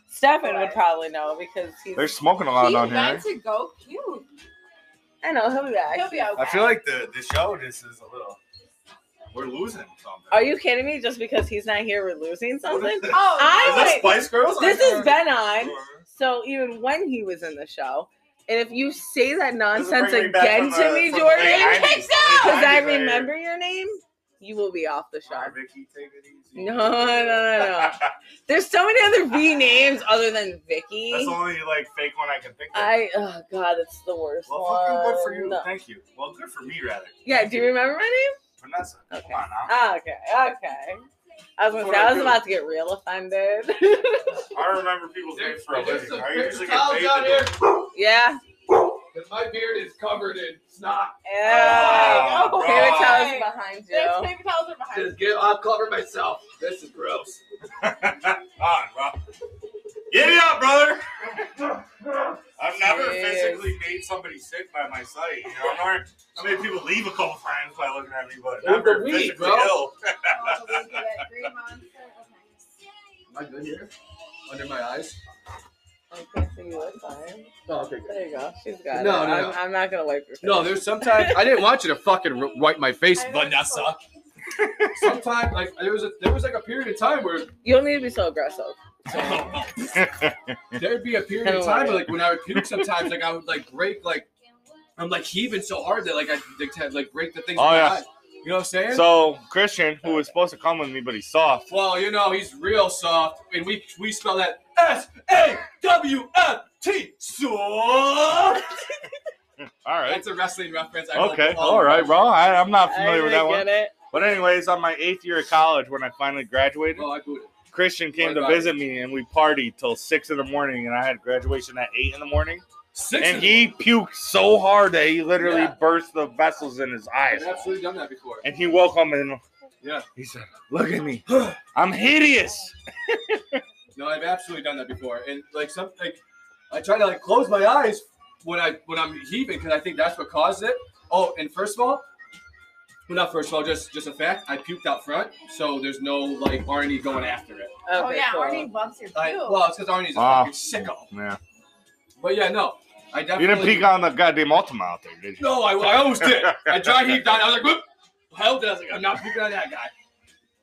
Speaker 3: Stefan would probably know because he's.
Speaker 5: They're smoking a lot
Speaker 2: he
Speaker 5: down here.
Speaker 2: went
Speaker 5: right?
Speaker 2: to go puke.
Speaker 3: I know he'll be back.
Speaker 2: He'll be okay.
Speaker 5: I feel like the, the show just is a little. We're losing something.
Speaker 3: Are you kidding me? Just because he's not here, we're losing something.
Speaker 5: What is
Speaker 2: Oh,
Speaker 3: I
Speaker 5: Is this
Speaker 3: wait.
Speaker 5: Spice Girls?
Speaker 3: This
Speaker 5: I
Speaker 3: has
Speaker 5: can't-
Speaker 3: been on. So even when he was in the show, and if you say that
Speaker 5: This is bringing
Speaker 3: nonsense
Speaker 5: me back
Speaker 3: again
Speaker 5: from the-
Speaker 3: to me,
Speaker 5: from the late
Speaker 3: Jordan,
Speaker 5: 90s,
Speaker 2: kicked out.
Speaker 5: late
Speaker 3: because I
Speaker 5: 90s right here.
Speaker 3: remember your name, you will be off the
Speaker 5: Alright,
Speaker 3: shark.
Speaker 5: Vicky, take it easy.
Speaker 3: No, no, no, no. There's so many other V names other than
Speaker 5: That's
Speaker 3: Vicky.
Speaker 5: the only like fake one I can think of.
Speaker 3: I oh god, that's the worst
Speaker 5: well,
Speaker 3: one.
Speaker 5: fucking good for you.
Speaker 3: No.
Speaker 5: Thank you. Well, good for me rather.
Speaker 3: Yeah, do you remember my name?
Speaker 5: Vanessa,
Speaker 3: Okay.
Speaker 5: come on now.
Speaker 3: Ah, okay, okay. I was gonna say
Speaker 5: That's what I
Speaker 3: I was
Speaker 5: do.
Speaker 3: about to get real offended.
Speaker 5: I remember people's names
Speaker 1: There's,
Speaker 5: for a
Speaker 1: there's
Speaker 5: living.
Speaker 1: some,
Speaker 5: I
Speaker 1: there's some
Speaker 5: usually get
Speaker 1: towels
Speaker 5: paid
Speaker 1: out
Speaker 5: to do
Speaker 1: here
Speaker 5: it.
Speaker 3: yeah.
Speaker 1: 'cause my beard is covered in snot.
Speaker 3: Yeah.
Speaker 5: Oh,
Speaker 3: Paper
Speaker 5: God.
Speaker 3: towels behind
Speaker 2: There's
Speaker 3: you.
Speaker 2: paper towels are behind.
Speaker 1: Just give, I'll cover myself. This is gross.
Speaker 5: Come on, bro. Get it up, brother. I've never
Speaker 3: Jeez.
Speaker 5: physically made somebody sick by my sight. You know, I'm not, I made people leave a couple times by looking at me, but
Speaker 1: With the
Speaker 5: never
Speaker 1: weed,
Speaker 5: physically
Speaker 1: bro.
Speaker 5: ill.
Speaker 4: Oh, we get it. Green monster. Okay.
Speaker 1: Am I good here? Under my eyes?
Speaker 3: I can't see you. It's fine.
Speaker 1: Oh, okay,
Speaker 3: There you go. She's got
Speaker 1: No,
Speaker 3: it.
Speaker 1: no,
Speaker 3: I'm,
Speaker 1: no.
Speaker 3: I'm not gonna wipe your face.
Speaker 1: No, there's sometimes I didn't want you to fucking r- wipe my face,
Speaker 2: I was
Speaker 1: Vanessa. Sometimes, like there was a there was like a period of time where
Speaker 3: you don't need to be so aggressive.
Speaker 1: there'd be a period of time where, like when I would puke sometimes, like I would like break like I'm like heaving so hard that like I like, had, like break the things.
Speaker 5: Oh,
Speaker 1: in my
Speaker 5: yeah.
Speaker 1: eye. you know what I'm saying?
Speaker 5: so Christian, who was supposed to come with me, but he's soft.
Speaker 1: well, you know he's real soft, and we we spell that S A W F T soft.
Speaker 5: All right.
Speaker 1: That's a wrestling reference. I
Speaker 5: Okay,
Speaker 1: like,
Speaker 5: all right, bro. I, I'm not
Speaker 3: I
Speaker 5: familiar with that
Speaker 3: didn't
Speaker 5: one.
Speaker 3: get it.
Speaker 5: But anyways, on my eighth year of college, when I finally graduated,
Speaker 1: Well, I booted.
Speaker 5: Christian came
Speaker 1: What
Speaker 5: to
Speaker 1: about
Speaker 5: visit me, and we partied till six in the morning, and I had graduation at eight in the morning.
Speaker 1: Six.
Speaker 5: And
Speaker 1: of
Speaker 5: he puked so hard that he literally
Speaker 1: Yeah.
Speaker 5: burst the vessels in his
Speaker 1: them.
Speaker 5: eyes.
Speaker 1: I've absolutely done that before.
Speaker 5: And he woke up and
Speaker 1: Yeah.
Speaker 5: he said, "Look at me, I'm hideous."
Speaker 1: No, I've absolutely done that before, and like some like I try to like close my eyes when I when I'm heaving because I think that's what caused it. Oh, and first of all, well, not first of all, just just a fact. I puked out front, so there's no like Arnie going after it.
Speaker 3: Okay,
Speaker 2: Oh yeah,
Speaker 3: cool.
Speaker 2: Arnie bumps your
Speaker 1: I,
Speaker 2: poo.
Speaker 1: well, it's because Arnie's a
Speaker 5: Wow.
Speaker 1: fucking sicko.
Speaker 5: Yeah,
Speaker 1: But yeah, no, I
Speaker 5: you
Speaker 1: definitely
Speaker 5: didn't peek on the goddamn Ultima out there, did you?
Speaker 1: No, I, I always did. I dry heaved on. it. I was like, whoop, held it. I was like, I'm not peeking on that guy.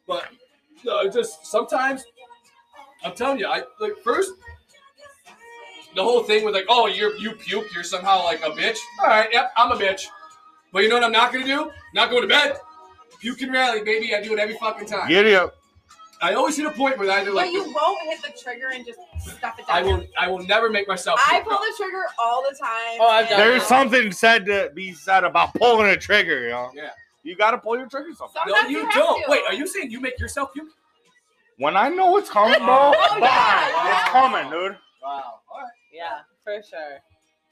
Speaker 1: But no, it just sometimes I'm telling you, I like first the whole thing with like, oh, you're you puke, you're somehow like a bitch. All right, yep, I'm a bitch. But you know what I'm not gonna do? Not going to bed. Puke and rally, baby. I do it every fucking time.
Speaker 5: Giddy up.
Speaker 1: I always hit a point where I do like
Speaker 2: but you won't hit the trigger and just stuff it down.
Speaker 1: I will I will never make myself
Speaker 2: I
Speaker 1: puke.
Speaker 2: pull the trigger all the time.
Speaker 3: Oh, I've done
Speaker 2: and-
Speaker 5: There's something said to be said about pulling a trigger, yo.
Speaker 1: Yeah.
Speaker 5: You gotta pull your trigger sometimes.
Speaker 1: no,
Speaker 2: Sometimes
Speaker 1: you
Speaker 2: have
Speaker 1: don't.
Speaker 2: to.
Speaker 1: Wait, are you saying you make yourself puke?
Speaker 5: When I know it's coming, bro,
Speaker 1: Oh,
Speaker 5: bye.
Speaker 2: yeah.
Speaker 5: It's coming, dude.
Speaker 1: Wow. All right.
Speaker 3: Yeah, for sure.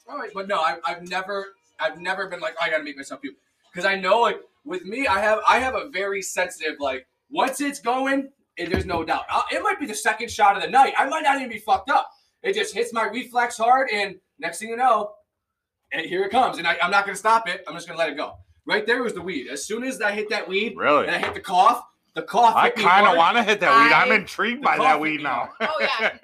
Speaker 1: All right, but no, I, I've never, I've never been like, I gotta make myself puke, because I know, like, with me, I have, I have a very sensitive, like, once it's going, it, there's no doubt. i it might be the second shot of the night. I might not even be fucked up. It just hits my reflex hard, and next thing you know, and here it comes, and I, I'm not gonna stop it. I'm just gonna let it go. Right there was the weed. As soon as I hit that weed,
Speaker 5: Really?
Speaker 1: and I hit the cough, the cough.
Speaker 5: I
Speaker 1: hit me
Speaker 5: kind of
Speaker 1: hard.
Speaker 5: want to hit that weed. I'm
Speaker 3: I-
Speaker 5: intrigued
Speaker 1: the
Speaker 5: by that
Speaker 1: coffee
Speaker 5: weed
Speaker 1: bean.
Speaker 5: now.
Speaker 2: Oh yeah.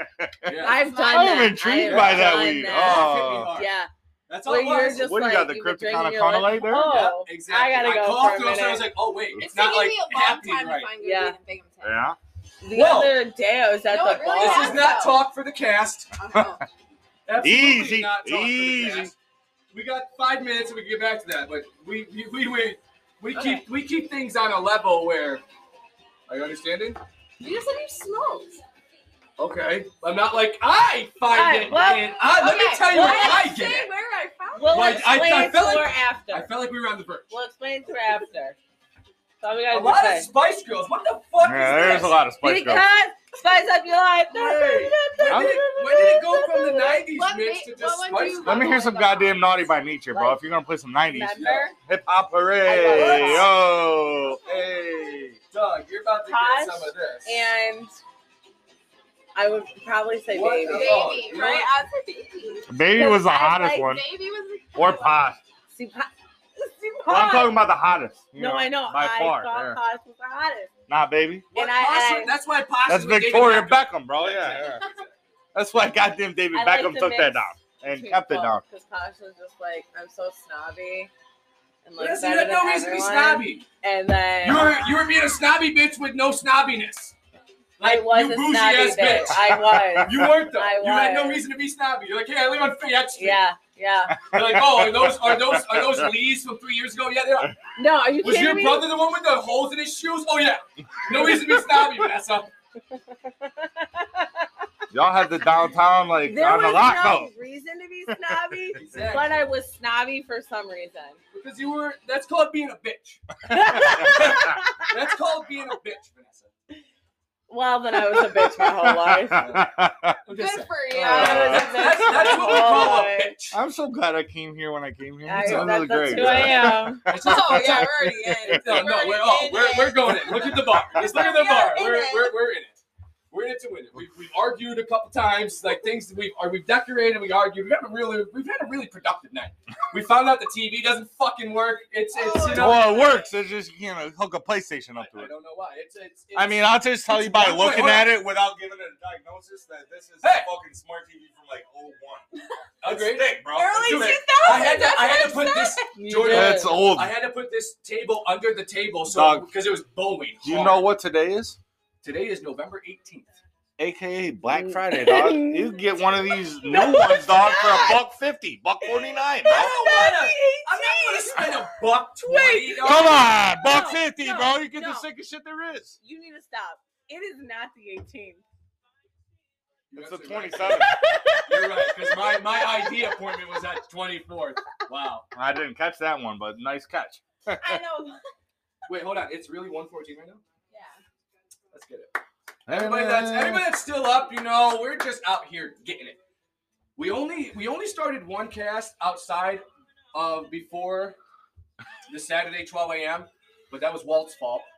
Speaker 1: Yeah.
Speaker 3: I've done
Speaker 5: I am
Speaker 3: that.
Speaker 5: intrigued
Speaker 3: I've
Speaker 5: by that
Speaker 3: done
Speaker 5: weed.
Speaker 3: that.
Speaker 5: Oh.
Speaker 1: Oh.
Speaker 3: Yeah.
Speaker 1: That's all.
Speaker 3: Well,
Speaker 1: it
Speaker 3: you're
Speaker 1: was.
Speaker 3: just
Speaker 5: What do you
Speaker 3: like,
Speaker 5: got, the
Speaker 3: you've been
Speaker 5: Krypton
Speaker 3: drinking your
Speaker 5: Conalite
Speaker 3: life-
Speaker 5: there?
Speaker 1: Yeah,
Speaker 3: Oh,
Speaker 1: exactly.
Speaker 3: I gotta go
Speaker 1: coughed
Speaker 3: for
Speaker 1: and
Speaker 3: a
Speaker 1: all of sudden I was
Speaker 3: minute.
Speaker 1: like, oh wait, it's,
Speaker 2: It's
Speaker 1: not
Speaker 2: taking
Speaker 1: like
Speaker 2: me a long
Speaker 1: happening
Speaker 2: time
Speaker 1: right.
Speaker 2: to find good
Speaker 3: Yeah.
Speaker 2: weed in Binghamton.
Speaker 5: Yeah.
Speaker 3: The
Speaker 1: Whoa.
Speaker 3: other day I was at
Speaker 2: No,
Speaker 3: the
Speaker 2: it really
Speaker 3: bar.
Speaker 1: This is not talk for the cast.
Speaker 2: I know.
Speaker 1: Absolutely
Speaker 5: Easy,
Speaker 1: not talk for the
Speaker 5: easy.
Speaker 1: cast. We got five minutes and we can get back to that, but we we we we, we
Speaker 2: Okay.
Speaker 1: keep we keep things on a level where. Are you understanding?
Speaker 2: You just said you smoked.
Speaker 1: Okay, I'm not like I find
Speaker 3: All right,
Speaker 1: it.
Speaker 3: well,
Speaker 1: and I, let me
Speaker 2: Okay,
Speaker 1: tell you
Speaker 3: well,
Speaker 1: where I
Speaker 2: Say
Speaker 1: get it.
Speaker 2: where I found
Speaker 3: We'll
Speaker 1: Like, I- I
Speaker 3: explain it
Speaker 1: felt like-
Speaker 3: for after.
Speaker 1: I felt like we were on the verge.
Speaker 3: We'll explain it for after. That's all we
Speaker 1: A
Speaker 3: gotta
Speaker 1: lot
Speaker 3: do.
Speaker 1: of
Speaker 3: today.
Speaker 1: Spice Girls. What the fuck
Speaker 5: Yeah,
Speaker 1: is
Speaker 5: there's
Speaker 1: this?
Speaker 5: a lot of Spice Girls.
Speaker 3: Because spice up your life.
Speaker 1: Hey, When did, it, when did it go from the '90s
Speaker 2: What
Speaker 1: mix
Speaker 2: ma-
Speaker 1: to just
Speaker 2: what would
Speaker 1: Spice
Speaker 2: you-
Speaker 1: Girls?
Speaker 5: Let me hear some goddamn naughty by nature, bro. If you're gonna play some '90s
Speaker 3: Remember?
Speaker 5: hip hop, hooray! Yo, hey.
Speaker 1: Doug, you're about to
Speaker 3: Tosh
Speaker 1: get some of this.
Speaker 3: And I would probably say
Speaker 1: What
Speaker 3: baby.
Speaker 1: the-
Speaker 2: Baby,
Speaker 1: Oh, you know
Speaker 2: right?
Speaker 1: what?
Speaker 2: I was like, baby.
Speaker 5: Baby was the
Speaker 3: I
Speaker 5: hottest
Speaker 3: like
Speaker 5: one,
Speaker 2: Baby was the
Speaker 5: or Posh.
Speaker 3: See, po- see,
Speaker 5: Well, I'm
Speaker 3: pot.
Speaker 5: talking about the hottest. you
Speaker 3: no, I know.
Speaker 5: By
Speaker 3: I
Speaker 5: far,
Speaker 3: thought
Speaker 5: yeah.
Speaker 3: pot was the hottest.
Speaker 5: Nah, baby.
Speaker 1: What
Speaker 3: and I-
Speaker 1: Posse-
Speaker 3: I-
Speaker 1: that's why Posse
Speaker 5: That's
Speaker 1: was dating
Speaker 5: Victoria
Speaker 1: Beckham.
Speaker 5: Beckham, bro. Yeah. yeah. That's why goddamn David
Speaker 3: I like
Speaker 5: Beckham
Speaker 3: the
Speaker 5: took
Speaker 3: mix.
Speaker 5: that down. and kept it down.
Speaker 3: Because Pasha was just like, I'm so snobby. And like,
Speaker 1: Yes, you
Speaker 3: better
Speaker 1: had no
Speaker 3: than
Speaker 1: reason to be
Speaker 3: everyone.
Speaker 1: snobby.
Speaker 3: And then
Speaker 1: You were you were being a snobby bitch with no snobbiness. Like
Speaker 3: I was
Speaker 1: you
Speaker 3: a
Speaker 1: bougie
Speaker 3: snobby
Speaker 1: ass
Speaker 3: bitch. I was.
Speaker 1: You weren't though.
Speaker 3: I
Speaker 1: You had no
Speaker 3: was.
Speaker 1: reason to be snobby. You're like, hey, I live on Fayette Street.
Speaker 3: yeah, yeah.
Speaker 1: You're like, oh, are those are those are those Lees from three years ago? Yeah, they are.
Speaker 3: No, are you
Speaker 1: Was
Speaker 3: kidding
Speaker 1: your
Speaker 3: me?
Speaker 1: brother the one with the holes in his shoes? Oh yeah. No reason to be snobby, Vanessa.
Speaker 5: Y'all had the downtown like
Speaker 3: there
Speaker 5: on
Speaker 3: was
Speaker 5: the lock
Speaker 3: no
Speaker 5: though.
Speaker 3: reason to be snobby,
Speaker 1: Exactly.
Speaker 3: but I was snobby for some reason.
Speaker 1: Because you were that's called being a bitch. That's called being a bitch, Vanessa.
Speaker 3: Well, then I was a bitch my whole life.
Speaker 1: I'm
Speaker 2: Good
Speaker 1: just saying.
Speaker 2: for you.
Speaker 5: Uh,
Speaker 1: That's, that's what we call a bitch.
Speaker 5: I'm so glad I came here when I came here.
Speaker 3: I,
Speaker 5: This is
Speaker 3: that,
Speaker 5: really
Speaker 3: that's
Speaker 5: great.
Speaker 3: who I am.
Speaker 2: oh yeah, we're already in.
Speaker 1: No, no,
Speaker 2: already
Speaker 1: we're, oh,
Speaker 2: in
Speaker 1: we're,
Speaker 2: it.
Speaker 1: we're going in. Look at the bar. Just look at the
Speaker 2: We
Speaker 1: bar.
Speaker 2: are in
Speaker 1: We're,
Speaker 2: it.
Speaker 1: we're, we're in it. We're in it to win it. We've, we've argued a couple times, like things that we've, or we've decorated, we argued. We've had a really, we've had a really productive night. We found out the TV doesn't fucking work. It's, it's, you know.
Speaker 5: Well, it works. It's just you know hook a PlayStation
Speaker 1: I,
Speaker 5: up to
Speaker 1: I
Speaker 5: it.
Speaker 1: don't know why. It's, it's, it's
Speaker 5: I mean, I'll just tell you by
Speaker 1: Wait, wait,
Speaker 5: looking
Speaker 1: hold
Speaker 5: at
Speaker 1: on.
Speaker 5: it without giving it a diagnosis that this is
Speaker 1: Hey!
Speaker 5: a fucking smart TV from like 01.
Speaker 1: agreed.
Speaker 5: It's thick, bro.
Speaker 2: Early
Speaker 1: Dude,
Speaker 2: 2000s.
Speaker 1: I had to, I had to put this,
Speaker 3: You
Speaker 1: Jordan,
Speaker 3: did.
Speaker 5: It's old.
Speaker 1: I had to put this table under the table, so
Speaker 5: Doug,
Speaker 1: because it was bowling.
Speaker 5: Do you
Speaker 1: hard.
Speaker 5: know what today is?
Speaker 1: Today is November 18th.
Speaker 5: AKA
Speaker 3: Mm.
Speaker 5: Black Friday, dog. You can get one of these new ones, dog, for a buck fifty, buck forty
Speaker 1: I
Speaker 5: nine, bro.
Speaker 1: don't wanna. I'm not gonna spend a buck twenty. dog.
Speaker 5: Come on, buck
Speaker 3: No,
Speaker 5: fifty,
Speaker 3: no,
Speaker 5: bro. You get
Speaker 3: no.
Speaker 5: the sickest shit there is.
Speaker 3: You need to stop. It is not the 18th.
Speaker 1: You're
Speaker 5: It's the
Speaker 1: absolutely right.
Speaker 5: twenty seventh.
Speaker 1: You're right, because my, my ID appointment was at 24th. Wow.
Speaker 5: I didn't catch that one, but nice catch.
Speaker 2: I know.
Speaker 1: Wait, hold on. It's really 114 right now?
Speaker 2: Yeah.
Speaker 1: Let's get it. Everybody that's
Speaker 3: uh,
Speaker 1: everybody that's still up, you know, we're just out here getting it. We only we only started one cast outside of before the Saturday 12 a.m. But that was Walt's fault.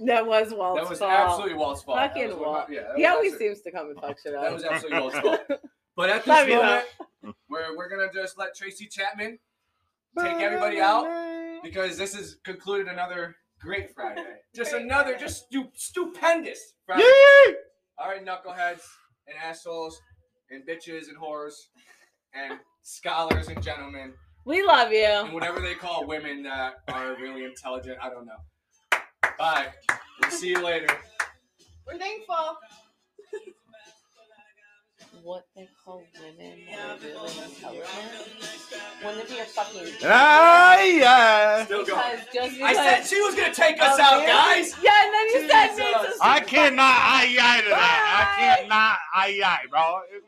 Speaker 3: That was Walt's
Speaker 1: that was
Speaker 3: fault.
Speaker 1: absolutely Walt's fault. That
Speaker 3: Fucking
Speaker 1: was one of my-
Speaker 3: Walt.
Speaker 1: Yeah, that was
Speaker 3: he always
Speaker 1: absolutely-
Speaker 3: seems to come and fuck shit
Speaker 1: That
Speaker 3: up.
Speaker 1: was absolutely Walt's fault. But at
Speaker 3: Love
Speaker 1: this
Speaker 3: you,
Speaker 1: moment, we're, we're gonna just let Tracy Chapman take everybody out because this has concluded another great Friday. Just
Speaker 2: Great
Speaker 1: another
Speaker 2: Friday.
Speaker 1: just stu- stupendous Friday.
Speaker 5: Yay!
Speaker 1: All right, knuckleheads and assholes and bitches and whores and scholars and gentlemen
Speaker 3: We love
Speaker 1: and
Speaker 3: you.
Speaker 1: whatever they call women that are really intelligent. I don't know. Bye. We'll see you later.
Speaker 2: We're thankful.
Speaker 3: What they call women that are really intelligent? Wouldn't it be a fucking
Speaker 5: Ah, yeah.
Speaker 1: Still
Speaker 3: because
Speaker 1: going.
Speaker 3: just because
Speaker 1: I said she was gonna take us out, guys.
Speaker 3: Oh, Yeah, and then you said me
Speaker 1: Jesus.
Speaker 3: to
Speaker 5: Ah! I cannot aye aye to that. I cannot aye aye, bro. It's my